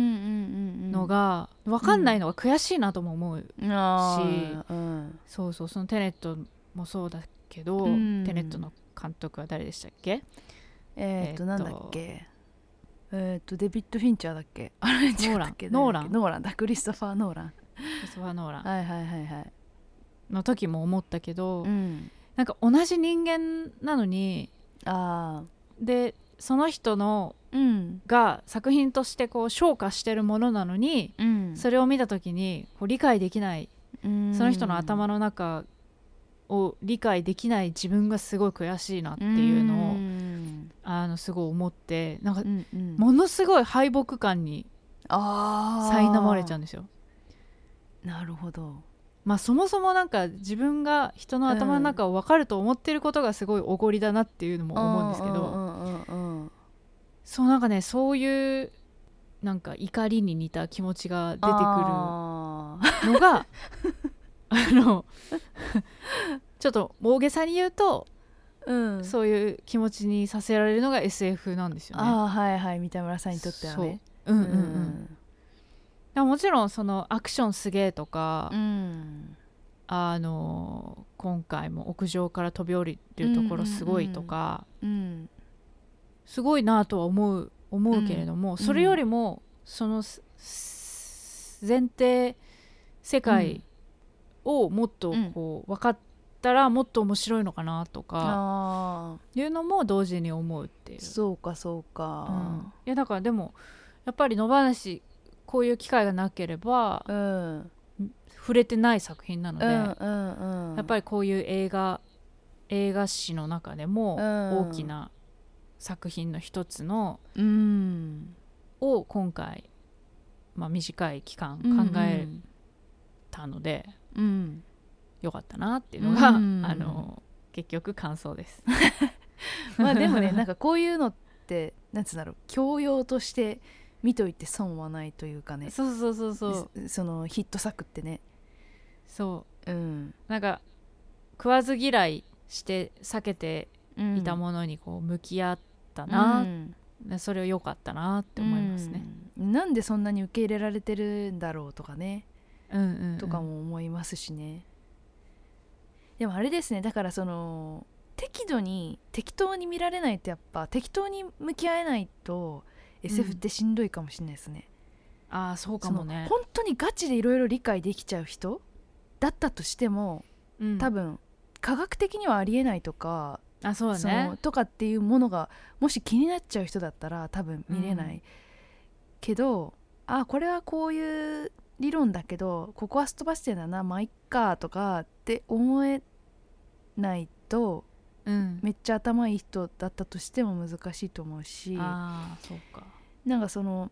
S3: ん
S2: のが、分かんないのが悔しいなとも思う、
S3: あ
S2: し
S3: ーうん
S2: そうそうそのテネットもそうだけど、
S3: うん
S2: テネットの監督は誰でしたっけえーっ
S3: えーっ
S2: と
S3: となんだっけえーっとデビッド・フィンチャーだっけ <laughs> あれ違ったっけ
S2: ノーラン
S3: 誰だっけノーランだクリストファー・ノーラン
S2: クリストファー・ノーラン
S3: はいはいはいはい
S2: の時も思ったけど、
S3: うん
S2: なんか同じ人間なのに
S3: あ
S2: でその人の
S3: ーうん
S2: が作品としてこう昇華してるものなのに、
S3: うん
S2: それを見た時にこう理解できない、そ
S3: そ
S2: の人の
S3: っ
S2: 頭の中を理解できない自分がすごい悔しいなっていうのを、
S3: うん
S2: あのすごい思ってなんか
S3: うんうん
S2: ものすごい敗北感に
S3: ああ
S2: 苛まれちゃうんですよ。
S3: なるほど
S2: まあそもそもなんか自分が人の頭の中を分かると思ってることがすごいおごりだなっていうのも思うんですけど、
S3: うんうんうんうん
S2: そうなんかねそういうなんか怒りに似た気持ちが出てくる
S3: あー
S2: のがあのちょっと大げさに言うと、
S3: う
S2: <laughs>
S3: ん
S2: そういう気持ちにさせられるのが SF なんですよね。
S3: あーはいはい三田村さんにとってはね
S2: そううん
S3: う
S2: うんうん、だからもちろんそのアクションすげえとか、
S3: うん
S2: あの今回も屋上から飛び降りてるところすごいとか、
S3: うん
S2: すごいなとは思う思うけれども、それよりもそのすす前提世界をもっとこう分かったらもっと面白いのかなとか
S3: ああ
S2: いうのも同時に思うっていう。
S3: そうかそう
S2: うん
S3: か
S2: いやだからでもやっぱり野放しこういう機会がなければ
S3: うんうん
S2: 触れてない作品なの
S3: う
S2: で、
S3: んうん
S2: やっぱりこういう映画映画史の中でも
S3: うん
S2: 大きな作品の一つの
S3: りうん
S2: を今回、まあ、短い期間
S3: うん
S2: 考えたので、
S3: うん
S2: よかったなっていうのが、
S3: うん
S2: あの結局感想
S3: <laughs>
S2: です。
S3: まあでもねなんかこういうのってなんつうんだろう教養として見といて損はないというかね
S2: そうそうそうそう
S3: そのヒット作ってね
S2: そ
S3: うん
S2: うなんか食わず嫌いして避けていた
S3: ん
S2: ものにこう向き合った
S3: な
S2: な、でそれを良かったなって思いますね。
S3: うんなんでそんなに受け入れられてるんだろうとかね
S2: うんうんうん
S3: とかも思いますしね、でもあれですねだからその適度に適当に見られないとやっぱ適当に向き合えないと SF ってしんどいかもしれないですね、
S2: ああそうか
S3: そ
S2: も
S3: の
S2: ね。
S3: 本当にガチでいろいろ理解できちゃう人だったとしても
S2: うん
S3: 多分科学的にはありえないとか
S2: あそうだ
S3: そ
S2: ね
S3: のとかっていうものがもし気になっちゃう人だったら多分見れない、けどあこれはこういう理論だけどここはすっ飛ばしてんだなまあいっかとかって思えないと
S2: うん
S3: めっちゃ頭いい人だったとしても難しいと思うし
S2: ああそうか
S3: なんかその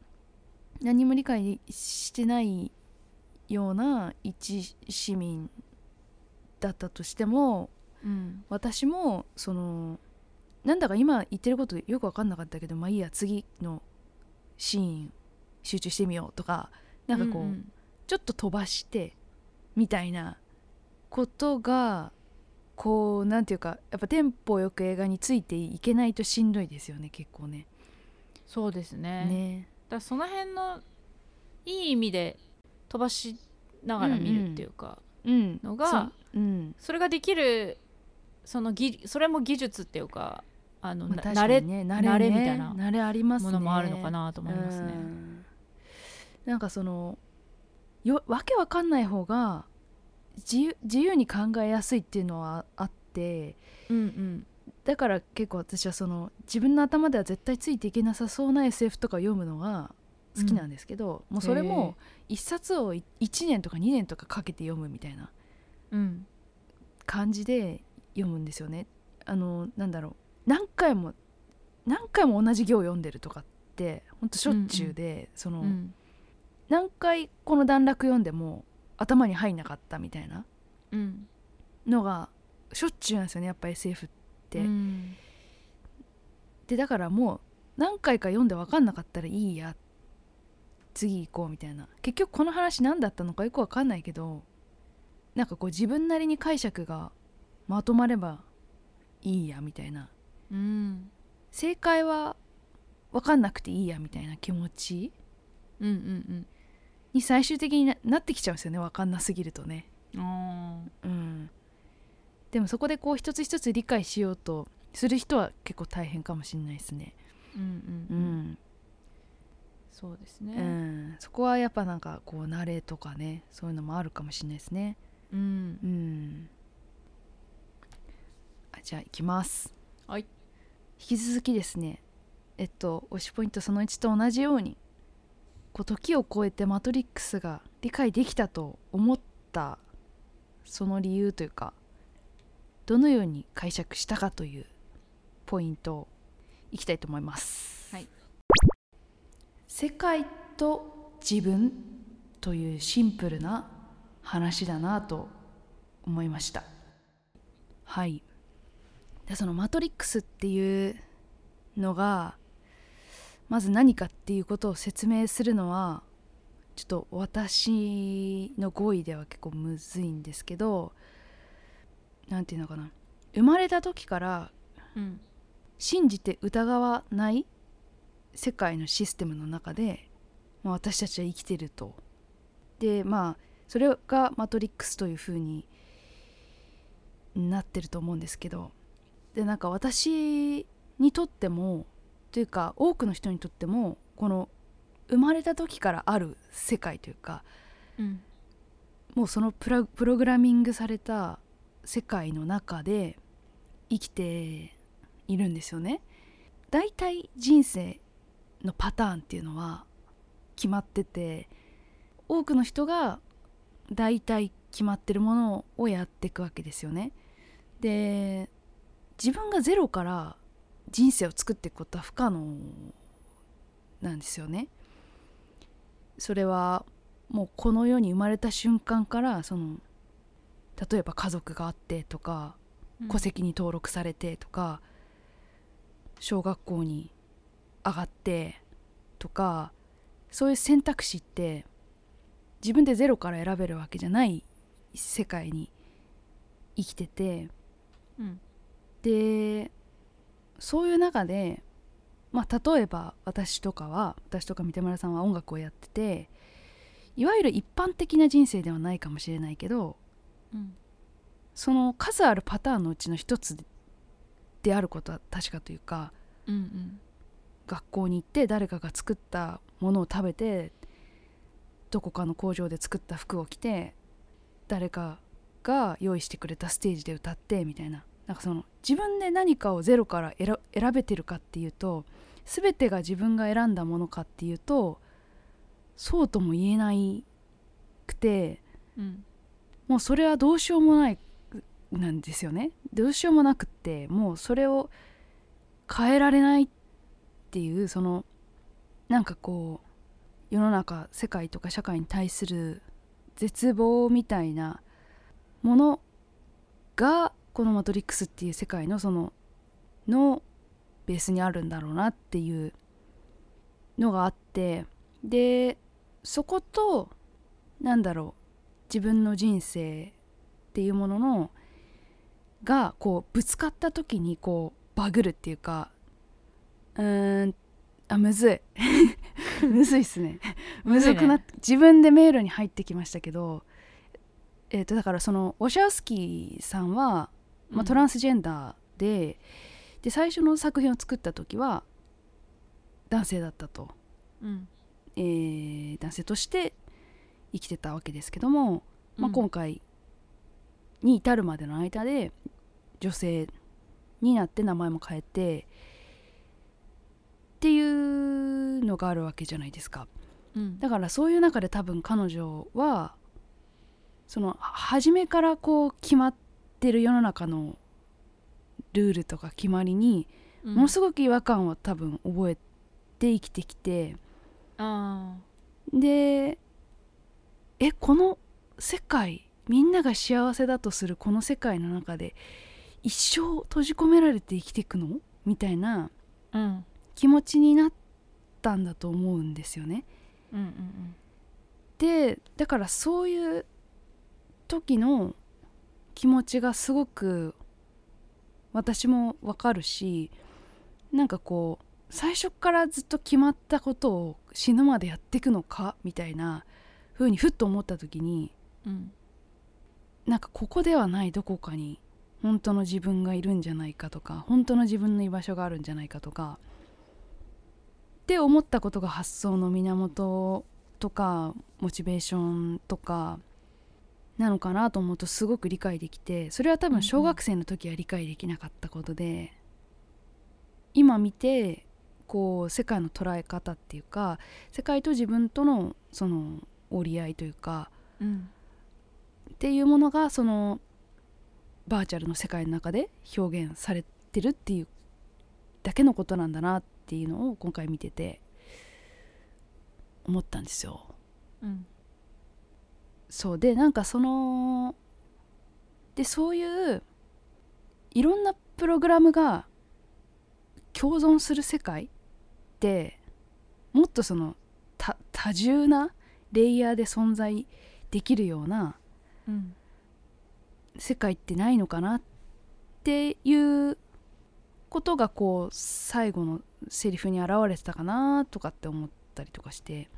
S3: 何も理解してないような一市民だったとしても
S2: うん
S3: 私もそのなんだか今言ってることよく分かんなかったけどまあいいや次のシーン集中してみようとかなんかこう、
S2: んん
S3: ちょっと飛ばしてみたいなことがこうなんていうかやっぱテンポよく映画についていけないとしんどいですよね結構ね。
S2: そうですね
S3: ね
S2: だからその辺のいい意味で飛ばしながら見るっていうか、
S3: うん、
S2: のが
S3: そうん
S2: それができるその技それも技術っていうかあの、
S3: まあ
S2: な
S3: 確
S2: 慣
S3: か
S2: れ
S3: にね、
S2: 慣れ
S3: ね
S2: みたいな
S3: 慣れありますね
S2: ものもあるのかなと思いますね
S3: う。んなんかそのよわけわかんない方が自由自由に考えやすいっていうのはあって
S2: うんうん
S3: だから結構私はその自分の頭では絶対ついていけなさそうな SF とかを読むのが好きなんですけど、もうそれも一冊を1年とか2年とかかけて読むみたいな
S2: うん
S3: 感じで読むんですよね。あのなんだろう何回も何回も同じ行を読んでるとかってほんとしょっちゅうで、その、
S2: うん
S3: 何回この段落読んでも頭に入んなかったみたいな
S2: うん
S3: のがしょっちゅうなんですよねやっぱ SF って。
S2: うん
S3: でだからもう何回か読んで分かんなかったらいいや次行こうみたいな結局この話何だったのかよく分かんないけどなんかこう自分なりに解釈がまとまればいいやみたいな
S2: うん
S3: 正解は分かんなくていいやみたいな気持ち
S2: うんうん
S3: に最終的にななってきちゃうんですよね分かんなすぎるとね。
S2: うんあー
S3: うん、でもそこでこう一つ一つ理解しようとする人は結構大変かもしれないですね。
S2: うん
S3: う
S2: うんうん
S3: ん
S2: そうです
S3: う
S2: ね
S3: ん、そこはやっぱなんかこう慣れとかねそういうのもあるかもしれないですね
S2: うん
S3: うんあじゃあ行きます
S2: はい
S3: 引き続きですねえっと推しポイントその1と同じようにこう時を超えて「マトリックス」が理解できたと思ったその理由というかどのように解釈したかというポイントいきたいと思います、
S2: はい
S3: 世界と自分というシンプルな話だなと思いましたはいでその「マトリックス」っていうのがまず何かっていうことを説明するのはちょっと私の語彙では結構むずいんですけど何て言うのかな生まれた時から
S2: うん
S3: 信じて疑わない世界のシステムの中で、まあ、私たちは生きてると。でまあそれが「マトリックス」というふうになってると思うんですけどでなんか私にとってもというか多くの人にとってもこの生まれた時からある世界というか
S2: うん
S3: もうそのプラプログラミングされた世界の中で生きているんですよね。だいたい人生のパターンっていうのは決まってて多くの人がだいたい決まってるものをやっていくわけですよね。で自分がゼロから人生を作っていくことは不可能なんですよね。それはもうこの世に生まれた瞬間からその例えば家族があってとか
S2: うん
S3: 戸籍に登録されてとか、小学校に上がってとかそういう選択肢って自分でゼロから選べるわけじゃない世界に生きてて
S2: うん
S3: でそういう中で、まあ、例えば私とかは私とか三田村さんは音楽をやってていわゆる一般的な人生ではないかもしれないけど
S2: うん
S3: その数あるパターンのうちの一つであることは確かというか
S2: うんうん
S3: 学校に行って誰かが作ったものを食べてどこかの工場で作った服を着て誰かが用意してくれたステージで歌ってみたいななんかその自分で何かをゼロから選選べてるかっていうと全てが自分が選んだものかっていうとそうとも言えないくて
S2: うん
S3: もうそれはどうしようもないなんですよねどうしようもなくってもうそれを変えられないっていうそのなんかこう世の中世界とか社会に対する絶望みたいなものがこの「マトリックス」っていう世界のそののベースにあるんだろうなっていうのがあってでそことなんだろう自分の人生っていうもののがこうぶつかった時にこうバグるっていうかうーんあむずい <laughs> むずいっすねむずくなっ、自分で迷路に入ってきましたけどえっ、とだからそのウォシャウスキーさんは、まあ、トラ
S2: ン
S3: ンスジェンダーで,、で最初の作品を作った時は男性だったと。
S2: うん
S3: えー男性として生きてたわけですけども、まあ、今回に至るまでの間で女性になって名前も変えてっていうのがあるわけじゃないですか
S2: うん
S3: だからそういう中で多分彼女はそのは初めからこう決まってる世の中のルールとか決まりに
S2: うん
S3: ものすごく違和感を多分覚えて生きてきて、
S2: あ
S3: でえこの世界みんなが幸せだとするこの世界の中で一生閉じ込められて生きていくのみたいな
S2: ーうん
S3: 気持ちになったんだと思うんですよね。
S2: うんうん
S3: でだからそういう時の気持ちがすごく私もわかるしなんかこう最初からずっと決まったことを死ぬまでやっていくのかみたいな風にふっと思った時に
S2: うん
S3: なんかここではないどこかに本当の自分がいるんじゃないかとか本当の自分の居場所があるんじゃないかとかって思ったことが発想の源とかモチベーションとかなのかなと思うとすごく理解できてそれは多分小学生の時は理解できなかったことで、今見てこう世界の捉え方っていうか世界と自分とのその折り合いというか
S2: うん
S3: っていうものがそのバーチャルの世界の中で表現されてるっていうだけのことなんだなっていうのを今回見てて思ったんですよ。
S2: うん
S3: そうでなんかそのでそういういろんなプログラムが共存する世界ってもっとその多多重なレイヤーで存在できるような
S2: うん
S3: 世界ってないのかなっていうことがこう最後のセリフに表れてたかなとかって思ったりとかして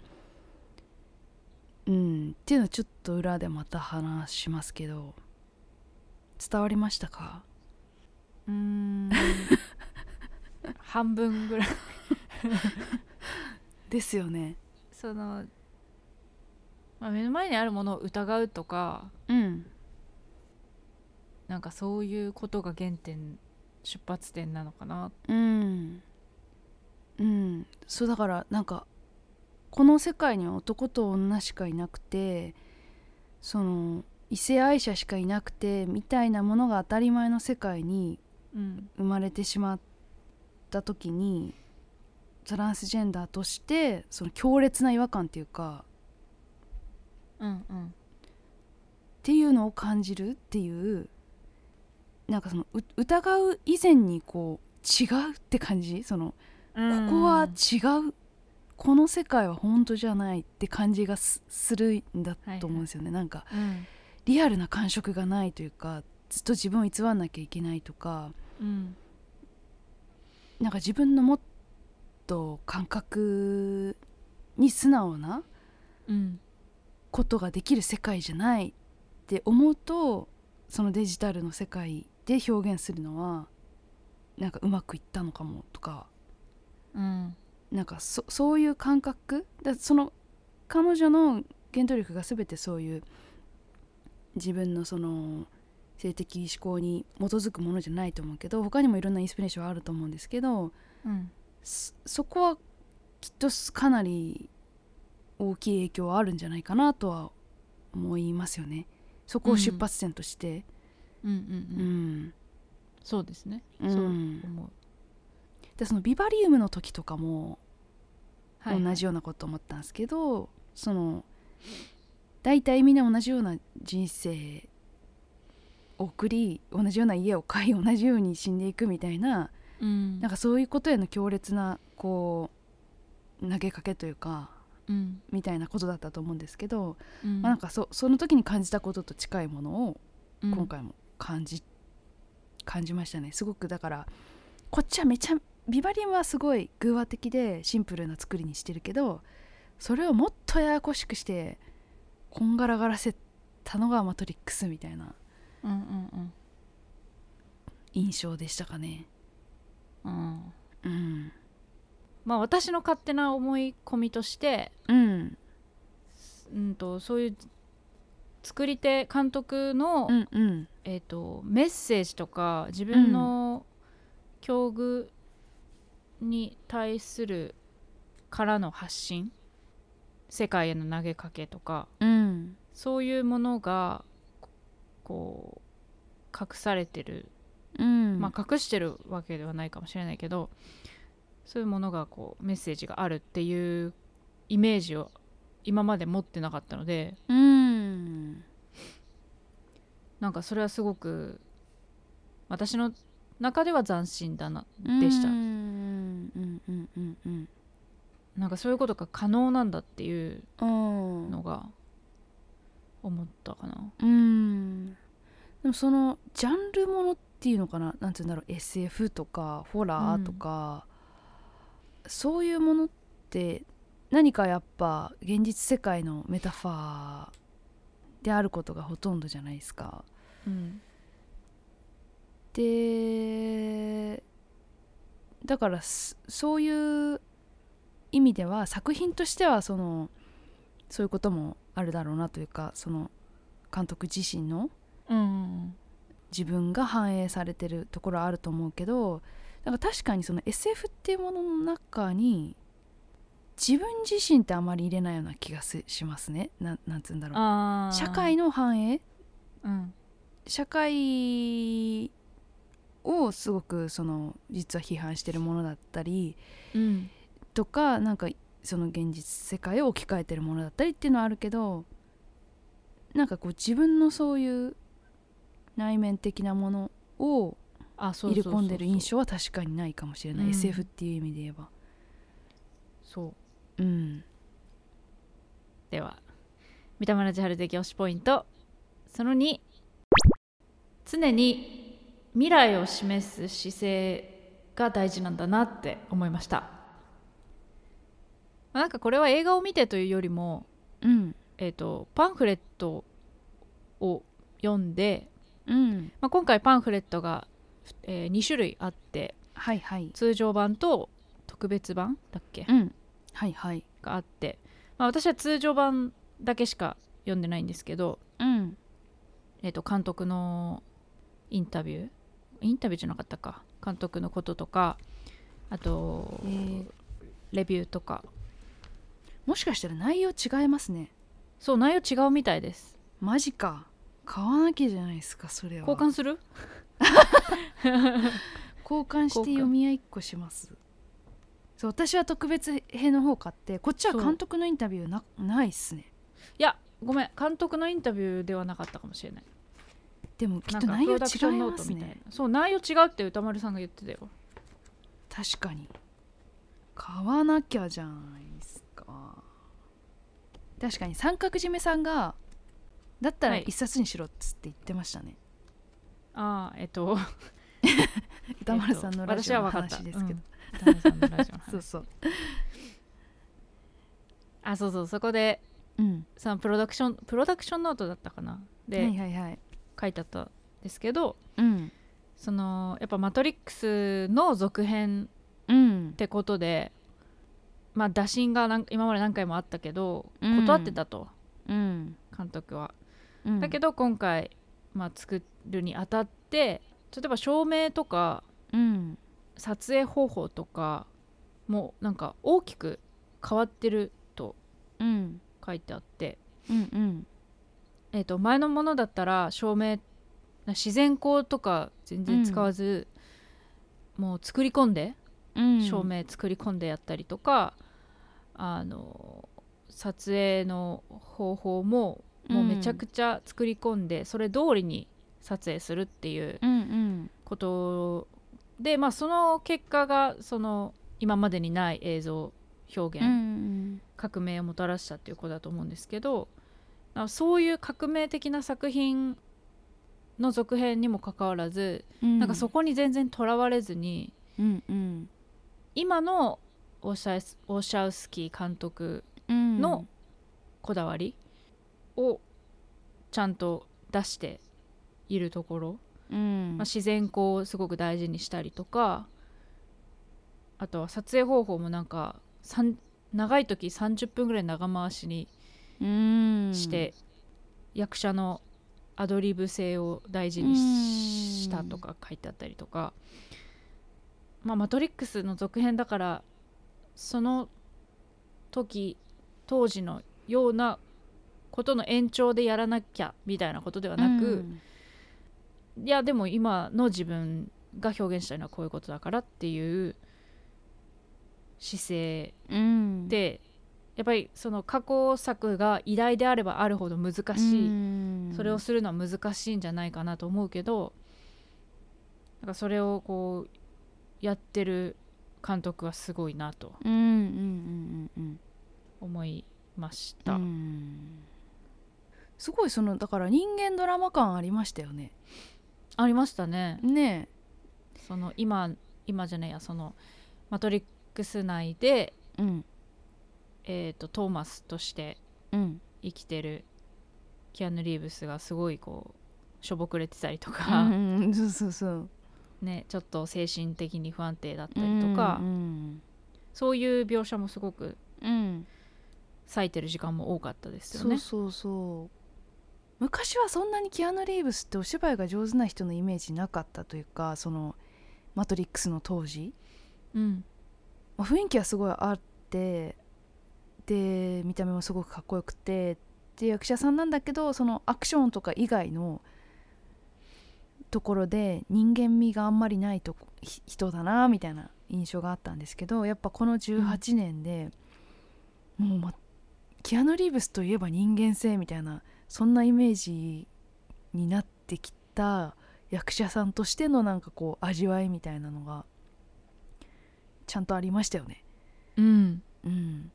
S3: うんっていうのはちょっと裏でまた話しますけど伝わりましたか
S2: うーん半分ぐらい
S3: ですよね
S2: その、まあ、目の前にあるものを疑うとか
S3: うん
S2: なんかそういうことが原点出発点なのかな
S3: うんうんそうだからなんかこの世界には男と女しかいなくてその異性愛者しかいなくてみたいなものが当たり前の世界に
S2: うん
S3: 生まれてしまった時にトランスジェンダーとしてその強烈な違和感っていうか
S2: うんうん
S3: っていうのを感じるっていうなんかそのう疑う以前にこう違うって感じそのここは違うこの世界は本当じゃないって感じがすするんだと思うんですよね、なんか
S2: うん
S3: リアルな感触がないというかずっと自分を偽らなきゃいけないとか
S2: うん
S3: なんか自分のもっと感覚に素直な
S2: うん
S3: ことができる世界じゃないって思うとそのデジタルの世界で表現するのはなんかうまくいったのかもとか
S2: うん
S3: なんかそそういう感覚だその彼女の原動力が全てそういう自分のその性的思考に基づくものじゃないと思うけど他にもいろんなインスピレーションはあると思うんですけど
S2: うん
S3: そそこはきっとすかなり大きい影響はあるんじゃないかなとは思いますよねそこを出発点として、
S2: うんうんう
S3: う
S2: ん
S3: ん
S2: そうですね、
S3: うん
S2: そう思う、
S3: でそのビバリウムの時とかも
S2: はい
S3: 同じようなこと思ったんですけど、その大体みんな同じような人生を送り同じような家を買い同じように死んでいくみたいな
S2: うん
S3: なんかそういうことへの強烈なこう投げかけというか
S2: うん
S3: みたいなことだったと思うんですけど、
S2: うん
S3: まあ、なんかそその時に感じたことと近いものを
S2: うん
S3: 今回も感じ、感じましたねすごくだからこっちはめちゃビバリンはすごい偶話的でシンプルな作りにしてるけどそれをもっとややこしくしてこんがらがらせたのがマトリックスみたいな
S2: うんうん
S3: 印象でしたかね。
S2: うんうん
S3: うん、
S2: まあ私の勝手な思い込みとして、
S3: うん、
S2: うん、とそういう作り手監督の、
S3: うん、うん、
S2: えー、とメッセージとか自分の境遇に対するからの発信世界への投げかけとか
S3: うん、
S2: そういうものがここう隠されてる
S3: うん、
S2: まあ、隠してるわけではないかもしれないけどそういうものがこうメッセージがあるっていうイメージを今まで持ってなかったので
S3: うん、
S2: なんかそれはすごく私の中では斬新だなで
S3: で
S2: した
S3: うん、うん、うん、うん、うん、
S2: なんかそういうことが可能なんだっていう
S3: うん、
S2: のが思ったかな。
S3: うんでもそのジャンルものっていうのかななんて言うんだろう SF とかホラーとか、そういうものって何かやっぱ現実世界のメタファーであることがほとんどじゃないですか。
S2: うん
S3: でだからすそういう意味では作品としてはそのそういうこともあるだろうなというかその監督自身の
S2: うん
S3: 自分が反映されてるところはあると思うけどなんか確かにその SF っていうものの中に自分自身ってあまり入れないような気がすしますねななんつうんだろう
S2: あー
S3: 社会の反映
S2: うん
S3: 社会をすごくその実は批判してるものだったり
S2: うん
S3: とかなんかその現実世界を置き換えてるものだったりっていうのはあるけどなんかこう自分のそういう内面的なものを
S2: あそう
S3: 入
S2: そうそ
S3: れ
S2: うそう
S3: 込んでる印象は確かにないかもしれない、
S2: うん
S3: SF っていう意味で言えば
S2: そう
S3: うん
S2: では三田村千春的推しポイントその2常に未来を示す姿勢が大事なんだなって思いましたまあなんかこれは映画を見てというよりも、
S3: うん
S2: えー、とパンフレットを読んで、
S3: うん
S2: まあ、今回パンフレットが、え2種類あって
S3: はいはい
S2: 通常版と特別版だっけ
S3: うんはいはい
S2: があって、まあ、私は通常版だけしか読んでないんですけど、
S3: うん
S2: えー、と監督のインタビューインタビューじゃなかったか監督のこととかあと、
S3: えー
S2: レビューとか
S3: もしかしたら内容違いますね
S2: そう内容違うみたいです
S3: マジか買わなきゃじゃないですかそれは
S2: 交換する
S3: 交換して
S2: 交換
S3: 読み合いっこしますそう私は特別編の方買ってこっちは
S2: そう
S3: 監督のインタビューなないっすね
S2: いやごめん監督のインタビューではなかったかもしれない
S3: でもき
S2: な
S3: っ
S2: ん
S3: と
S2: か
S3: 内
S2: プ
S3: 容違
S2: ロダクション
S3: い
S2: ノ
S3: ま
S2: ート
S3: す
S2: みたいな、
S3: ね
S2: そう内容違うって歌丸さんが言ってたよ
S3: 確かに買わなきゃじゃないですか確かに三角締めさんがだったら
S2: はい
S3: 一冊にしろっつって言ってましたね、
S2: ああえっと
S3: <laughs> 歌丸さんのラジオの話
S2: えっ
S3: で
S2: と
S3: すけど、
S2: 私は分かったうん歌丸さんのラジオの話
S3: そうそう
S2: あそうそうそこで
S3: うん
S2: さプロダクションプロダクションノートだったかな
S3: は
S2: で
S3: いはいはい
S2: 書いてあったんですけど、
S3: うん
S2: そのやっぱ「マトリックス」の続編
S3: うん
S2: ってことで、まあ、打診がなん今まで何回もあったけど
S3: うん
S2: 断ってたと、
S3: うん
S2: 監督は。
S3: うん
S2: だけ
S3: ど
S2: ど今回、まあ、作るにあたって例えば照明とか
S3: うん
S2: 撮影方法とかもなんか大きく変わってると
S3: ううん
S2: 書いてあって、
S3: うんうん
S2: えー、と前のものだったら照明自然光とか全然使わず、もう作り込んで
S3: うん
S2: 照明作り込んでやったりとか、あの撮影の方法ももうめちゃくちゃ作り込んで、それ通りに撮影するっていう
S3: うんうん
S2: ことで、まあ、その結果がその今までにない映像表現、
S3: うん
S2: 革命をもたらしたっていうことだと思うんですけどあそういう革命的な作品の続編にもかかわらず、
S3: うん
S2: なんかそこに全然とらわれずに
S3: うんうん
S2: 今のオーシャウスオーシャウスキー監督
S3: うん
S2: のこだわりをちゃんと出しているところ、
S3: うん
S2: まあ、自然光をすごく大事にしたりとかあとは撮影方法もなんかさん長い時30分ぐらい長回しに
S3: うん
S2: して、役者のアドリブ性を大事にし
S3: うん
S2: したとか書いてあったりとか「まあ、マトリックス」の続編だからその時当時のようなことの延長でやらなきゃみたいなことではなく、いやでも今の自分が表現したいのはこういうことだからっていう姿勢
S3: うん
S2: でやっぱりその過去作が偉大であればあるほど難しい、それをするのは難しいんじゃないかなと思うけどなんかそれをこうやってる監督はすごいなと
S3: うんうんうんうんうん
S2: 思いました、
S3: うんすごいそのだから人間ドラマ感ありましたよね
S2: ありましたね
S3: ね
S2: その今今じゃないやその「マトリックス」内で、
S3: えうん
S2: えー、とトーマスとして
S3: うん
S2: 生きてるキアヌ・リーブスがすごいこうしょぼくれてたりとか、
S3: うんうんそうそうそう
S2: ね、ちょっと精神的に不安定だったりとか、
S3: うん
S2: そういう描写もすごく
S3: うんうん
S2: 割いてる時間も多かったですよ
S3: そう
S2: ね。
S3: そうそう昔はそんなにキアヌ・リーブスってお芝居が上手な人のイメージなかったというかその「マトリックス」の当時、
S2: うん
S3: まあ雰囲気はすごいあってで見た目もすごくかっこよくてで役者さんなんだけどそのアクションとか以外のところで人間味があんまりないとこひ人だなみたいな印象があったんですけどやっぱこの18年で、もう、ま、キアヌ・リーブスといえば人間性みたいなそんなイメージになってきた役者さんとしてのなんかこう味わいみたいなのがちゃんとありましたよね。
S2: うん
S3: うん、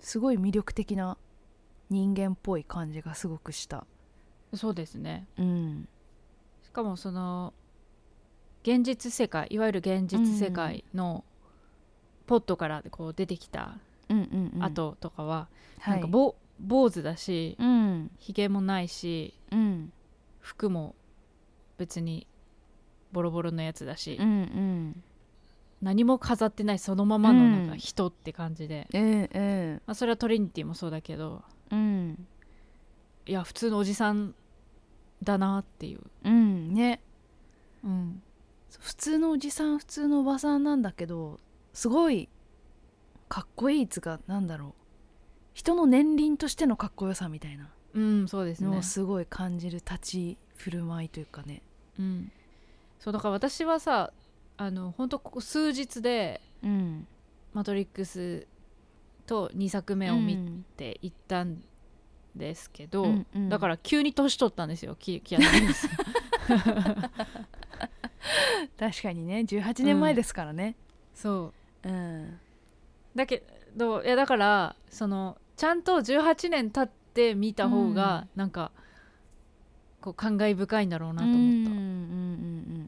S3: すごい魅力的な人間っぽい感じがすごくした。
S2: そうですね
S3: うん、
S2: しかもその現実世界いわゆる現実世界のポットからこう出てきた
S3: うんうんうん、
S2: 後とかは、
S3: は
S2: ないんか、ぼ坊主だし
S3: うん
S2: ひげもないし
S3: うん
S2: 服も別にボロボロのやつだし、
S3: うんうん、
S2: 何も飾ってないそのままのなん
S3: う
S2: か
S3: ん
S2: 人って感じで、
S3: えええ
S2: まあ、それはトリニティもそうだけど
S3: えうん
S2: いや普通のおじさんだなっていう、
S3: うんね普通のおじさん普通のおばさんなんだけどすごいかっこいいつがなんだろう人の年輪としてのかっこよさみたいな
S2: うんそうです
S3: の
S2: ね
S3: を、すごい感じる立ち振る舞いというかね。
S2: うん、そうだから私はさあの本当ここ数日で
S3: うん、
S2: 「マトリックス」と2作目を見ていったんですけど、
S3: うんうん
S2: だから急に年取ったんですよキキアヌ・リーブ
S3: <laughs>
S2: ス
S3: 確かにね18年前ですからね。
S2: そう
S3: うん
S2: だけどいやだからそのちゃんと18年経って見た方がなんか、こう感慨深いんだろうなと思った
S3: うんう。ん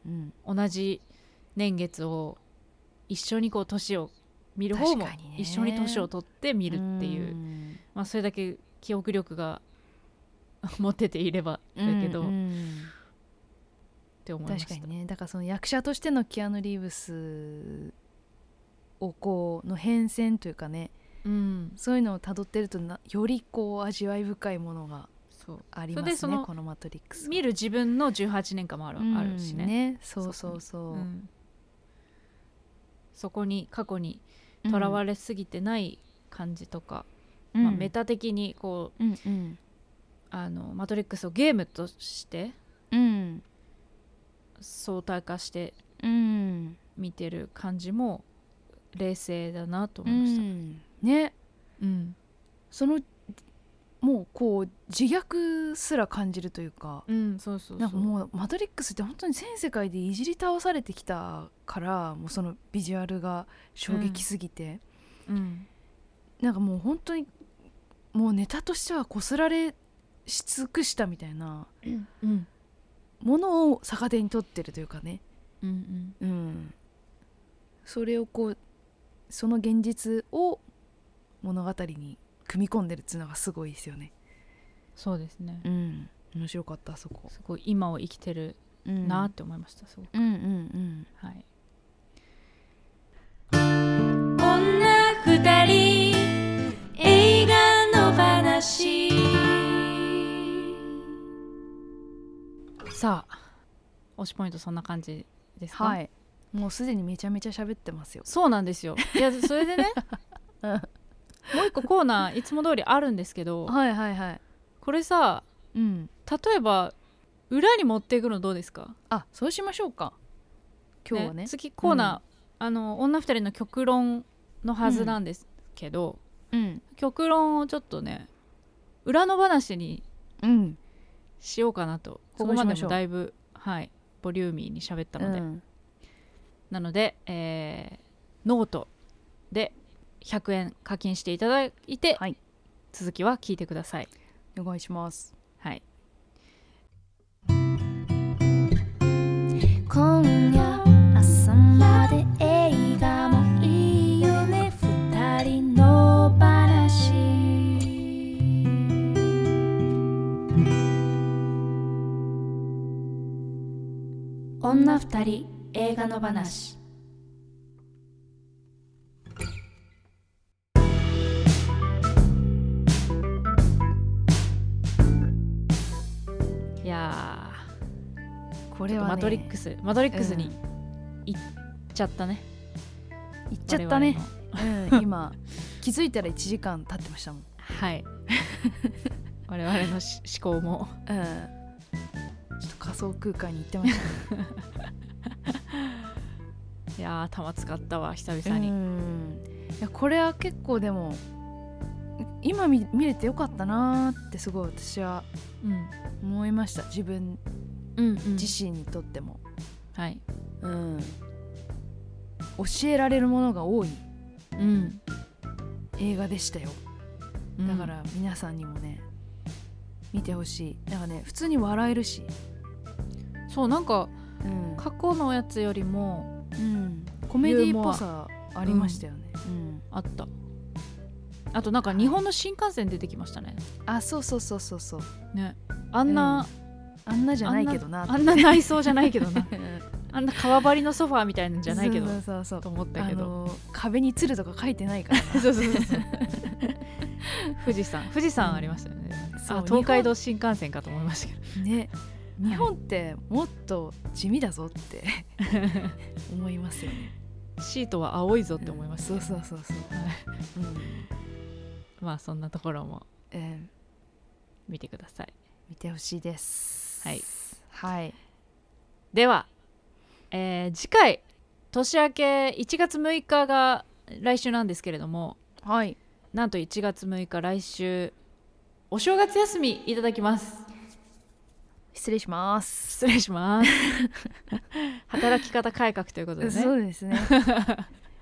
S3: うんうん
S2: 同じ年月を一緒にこう年を見る方も
S3: 確かにね
S2: 一緒に年を取って見
S3: い
S2: るっていう、まあ、それだけ記憶力が <laughs> 持ってていればだけど、
S3: うんう
S2: っ
S3: ん
S2: て思いまし
S3: 確
S2: た
S3: かにねだからその役者としてのキアヌ・リーブスをこうの変遷というかね
S2: うん
S3: そういうのをたどってるとなよりこう味わい深いものが
S2: そう
S3: あり
S2: そ
S3: ま
S2: れですそ
S3: ね
S2: の
S3: この「マトリックスは」
S2: 見る自分の18年間もある,、あるし
S3: うん
S2: ね
S3: そうそうそう、
S2: うんそこに過去にとらわれすぎてない感じとか、
S3: うん
S2: まあ、メタ的にこう
S3: うんうん
S2: あのマトリックスをゲームとして
S3: うん
S2: 相対化して
S3: うん
S2: 見てる感じも冷静だなと
S3: う
S2: 思いました。
S3: んね
S2: うん
S3: そのもうこう自虐すら感じるというか
S2: うん、そうそうそう
S3: なんかもう「マトリックス」って本当に全世界でいじり倒されてきたからもうそのビジュアルが衝撃すぎて、
S2: うん
S3: なんかもう本当にもうネタとしてはこすられし尽くしたみたいな
S2: うん
S3: ものを逆手に取ってるというかね、
S2: うん
S3: うん、それをこうその現実を物語に組み込んでるっていうのがすごいですよね。
S2: そうですね、
S3: うん、面白かったあそこ、
S2: すごい今を生きてる
S3: うん
S2: なって思いました、すごく
S3: うんうんうん
S2: はい
S1: 女二人映画の話
S2: さあ推しポイントそんな感じですか
S3: はいもうすでにめちゃめちゃ喋ってますよ
S2: そうなんですよいやそれでね
S3: うん
S2: もう一個コーナーいつも通りあるんですけど
S3: はいはいはい
S2: これさ
S3: うん
S2: 例えば裏に持っていくのどうですか
S3: あそうしましょうか今日はね
S2: 次コーナー、あの女二人の極論のはずなんですけど、
S3: うん
S2: 極論をちょっとね裏の話に
S3: うん
S2: しようかなとここまでもだいぶはいボリューミーに喋ったので、
S3: うん
S2: なので、えーノートで100円課金していただいて、
S3: はい
S2: 続きは聞いてください
S3: お願いします
S2: はい
S1: 今夜朝まで映画もいいよね二人の話女二人映画の話
S2: いや
S3: こ
S2: ー、
S3: れは、ね、
S2: マトリックスマトリックス
S3: う
S2: に
S3: ん
S2: 行っちゃったね、
S3: 行っちゃったね
S2: 我々の
S3: うん今気づいたら1時間経ってましたもん
S2: はい我々のし思考も
S3: うんちょっと仮想空間に行ってまし
S2: いやー玉使ったわ久
S3: た
S2: 々に、
S3: うんいやこれは結構でも今見見れてよかったなーってすごい私は
S2: うん
S3: 思いました自分
S2: うんうん
S3: 自身にとっても、
S2: はい
S3: うん、教えられるものが多い
S2: うん
S3: 映画でしたよ
S2: うん
S3: だから皆さんにもね、見てほしいなんかね普通に笑えるし、
S2: そうなんか
S3: うん
S2: 過去のやつよりも
S3: うんコメディっぽさありましたよね、うん
S2: あったあとなんか日本の新幹線出てきましたね
S3: あそうそうそうそうそう
S2: ねあんな、
S3: あんなじゃないけどな
S2: あんな内装じゃないけ
S3: <laughs>
S2: どな
S3: うん
S2: あんな川張りのソファーみたいなんじゃないけど
S3: そうそうそう
S2: と
S3: そう
S2: 思った
S3: あ
S2: けど
S3: の壁に鶴とか書いてないから
S2: <laughs> そうそうそうそう富士山富士山ありましたよね、
S3: そう
S2: あ東海道新幹線かと思いましたけど
S3: なね日本ってもっと地味だぞって
S2: <laughs>
S3: 思いますよね
S2: シートは青いぞって思いました、
S3: うんそうそうそうそう、
S2: はい
S3: うん
S2: まあそんなところも
S3: えー
S2: 見てください
S3: 見てほしいです
S2: はい
S3: はい
S2: では、えー次回年明け1月6日が来週なんですけれども
S3: はい
S2: なんと1月6日来週お正月休みいただきます
S3: 失礼します
S2: 失礼します
S3: <laughs>
S2: 働き方改革ということでね
S3: そうです
S2: <laughs>
S3: ね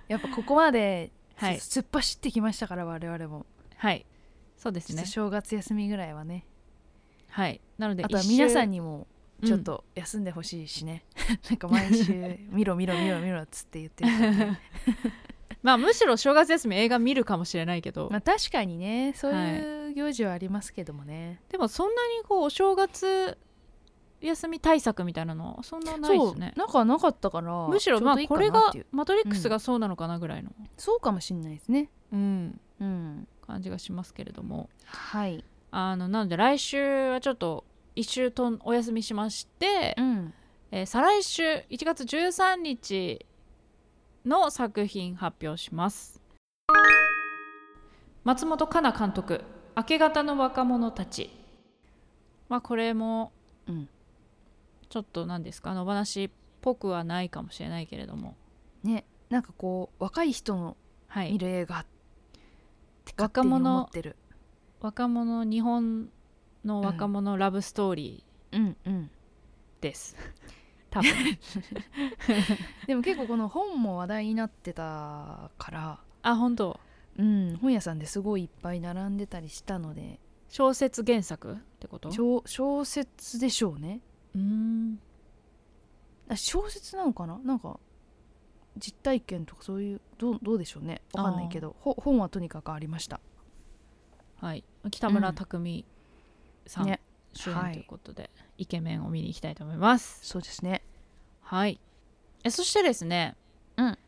S3: やっぱここまで、
S2: はい
S3: す突っ走ってきましたから我々も、
S2: はいそうです
S3: ちょっ
S2: ね
S3: と正月休みぐらいはね
S2: はいなので
S3: あとは皆さん
S2: に
S3: にもちょっと休んでほしいしね、 <laughs> なんか毎週見ろ見ろ見ろ見ろっつって言ってる
S2: <laughs>
S3: からね
S2: まあむしろ正月休み映画見るかもしれないけど
S3: まあ確かにねそういう行事はありますけどもね、
S2: でもそんなにこうお正月休み対策みたいなのはそんなないですね
S3: なんかなかったから
S2: むしろ
S3: ちょ
S2: ま
S3: う
S2: あ
S3: どいい
S2: こ
S3: か
S2: れ
S3: な
S2: が
S3: っていう
S2: マトリックスがそうなのかなぐらいの、
S3: そうかもしれないですね
S2: うん、
S3: うん
S2: 感じがしますけれども
S3: はい
S2: あのなので来週はちょっと1週とんお休みしまして、
S3: うん
S2: えー再来週1月13日の作品発表します松本香奈監督「明け方の若者たち」まあこれも、
S3: うん
S2: ちょっと何ですか野放しっぽくはないかもしれないけれども
S3: ねなんかこう若い人の
S2: は
S3: 見
S2: い
S3: る映画って勝
S2: 若
S3: 手に
S2: 者
S3: 思ってる
S2: 若者日本の若者ラブストーリ
S3: うんうん
S2: ーです、多分
S3: でも結構この本も話題になってたから
S2: あ本当
S3: うん本屋さんですごいいっぱい並んでたりしたので
S2: 小説原作ってこと
S3: 小小説でしょうね
S2: うーん
S3: あ小説なのかななんか実体験とかそういうどうどうでしょうねわかんないけどほ本はとにかくありました
S2: はい北村匠海さん、
S3: ね
S2: 主演
S3: はい
S2: ということで、イケメンを見に行きたいと思います
S3: そうですね
S2: はいえそしてですね、
S3: うん、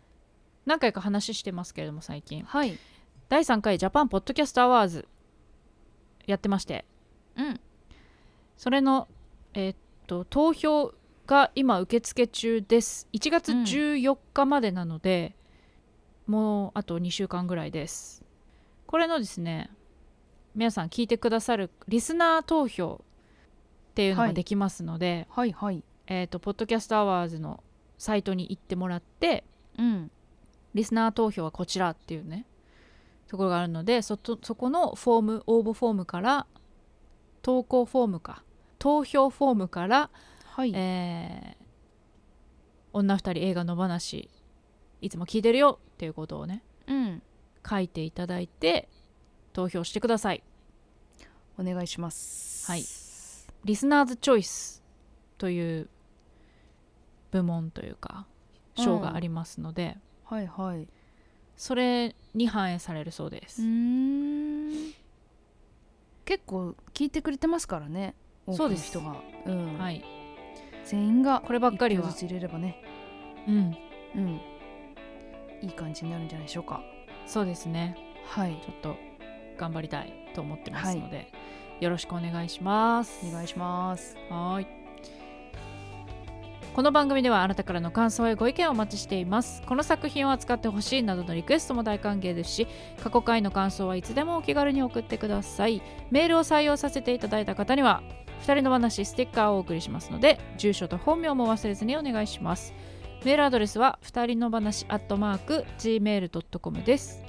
S2: 何回か話してますけれども最近
S3: はい
S2: 第3回ジャパンポッドキャストアワーズやってまして
S3: うん
S2: それのえーっと投票が今受付中です1月
S3: うん
S2: 14日までなので、もうあと2週間ぐらいですこれのですね皆さん聞いてくださるリスナー投票っていうの
S3: は
S2: が
S3: い
S2: できますので、
S3: はいはい
S2: えーっとポッドキャストアワーズのサイトに行ってもらって
S3: うん
S2: リスナー投票はこちらっていうねところがあるのでそとそこのフォーム応募フォームから投稿フォームか投票フォームから、
S3: はい
S2: えー女二人映画の話いつも聞いてるよっていうことをね
S3: うん
S2: 書いていただいて投票してください
S3: お願いします
S2: はいリスナーズチョイスという部門というか賞がありますので、
S3: はいはいう
S2: それに反映されるそうです、
S3: ーん結構聞いてくれてますからね多
S2: そう
S3: く
S2: で
S3: の
S2: す
S3: 人がうん
S2: はい
S3: 全員が
S2: こればっかりは
S3: 一票ずつ入れればね
S2: うん
S3: うんいい感じになるんじゃないでしょうか
S2: そうですね
S3: はい
S2: ちょっと頑張りたいと思ってますので、よろしくお願いします。
S3: お願いします
S2: はーいこの番組ではあなたからの感想やご意見をお待ちしています。この作品を扱ってほしいなどのリクエストも大歓迎ですし、過去回の感想はいつでもお気軽に送ってください。メールを採用させていただいた方には、2人の話ステッカーをお送りしますので、住所と本名も忘れずにお願いします。メールアドレスは、2人の話アットマーク gmail.com です。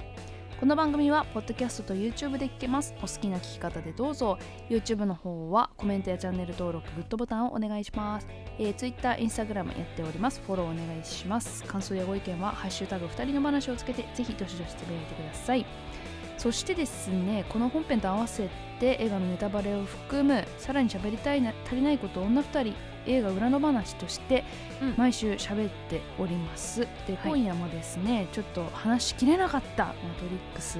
S3: この番組はポッドキャストと YouTube で聞けますお好きな聞き方でどうぞ YouTube の方はコメントやチャンネル登録グッドボタンをお願いします、えー、Twitter、Instagram やっておりますフォローお願いします感想やご意見は「ハッシュタグ二人の話」をつけてぜひどしどしつぶやいてくださいそしてですねこの本編と合わせて映画のネタバレを含むさらに喋りたいな足りないこと女二人映画裏の話として
S2: うん
S3: 毎週喋っております、
S2: は
S3: で
S2: い
S3: 今夜もですねちょっと話しきれなかったマトリックス、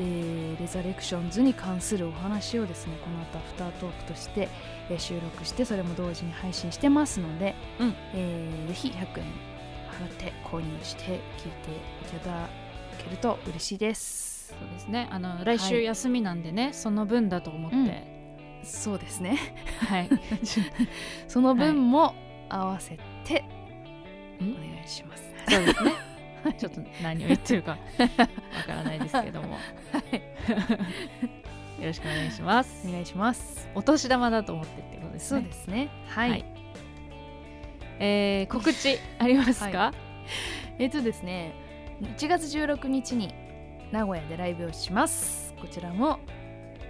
S3: えーレザレクションズに関するお話をですねこの後アフタートークとして、えー収録してそれも同時に配信してますので、
S2: うん
S3: えーぜひ100円払って購入して聞いていただけると嬉しいです
S2: そうですね。あの来週休みなんでね、その分だと思って、
S3: うんそうですね
S2: <laughs> はい。
S3: その分も合わせて
S2: う
S3: お
S2: ん
S3: 願いします。
S2: そうですね。ちょっと何を言ってる <laughs> かわからないですけども、 <laughs> よろしくお願いします
S3: お。願いします。
S2: お年玉だと思ってってことです
S3: そう
S2: ね
S3: で。すね。はい。
S2: はいえー告知ありますか？
S3: えっとですね、1月16日に名古屋でライブをします。こちらも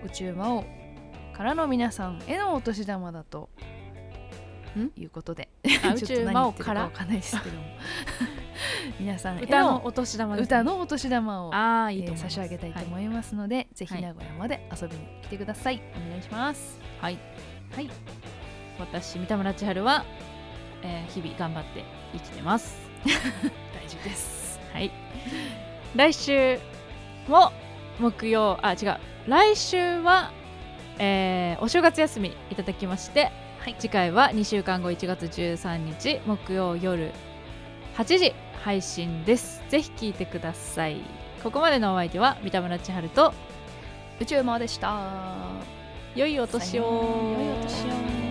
S3: 宇宙魔王からの皆さんへのお年玉だと
S2: ん
S3: いうことで、
S2: <laughs> あ宇
S3: <laughs> ち
S2: 宙
S3: ょっと何
S2: 魔
S3: 言
S2: 王
S3: ってる
S2: か
S3: かわ
S2: ら
S3: かんないですけども、 <laughs> 皆さんへの
S2: 歌のお年玉です、ね。
S3: 歌のお年玉を
S2: ああ
S3: え
S2: いいと思い
S3: ー
S2: ま
S3: 差
S2: す
S3: し上げたいと
S2: は
S3: 思いますので、ぜひ
S2: はい
S3: 名古屋まで遊びに来てください。お願いします。
S2: はい、
S3: はい
S2: 私三田村千春は、えー日々頑張って生きてます。
S3: 大事です。
S2: はい。来週も木曜あ違う来週は、えーお正月休みいただきまして、次回は2週間後1月13日木曜夜8時配信です。ぜひ聞いてください。ここまでのお相手は三田村千春と
S3: 宇宙魔王でした。
S2: 良いお年を。
S3: 良いお年を。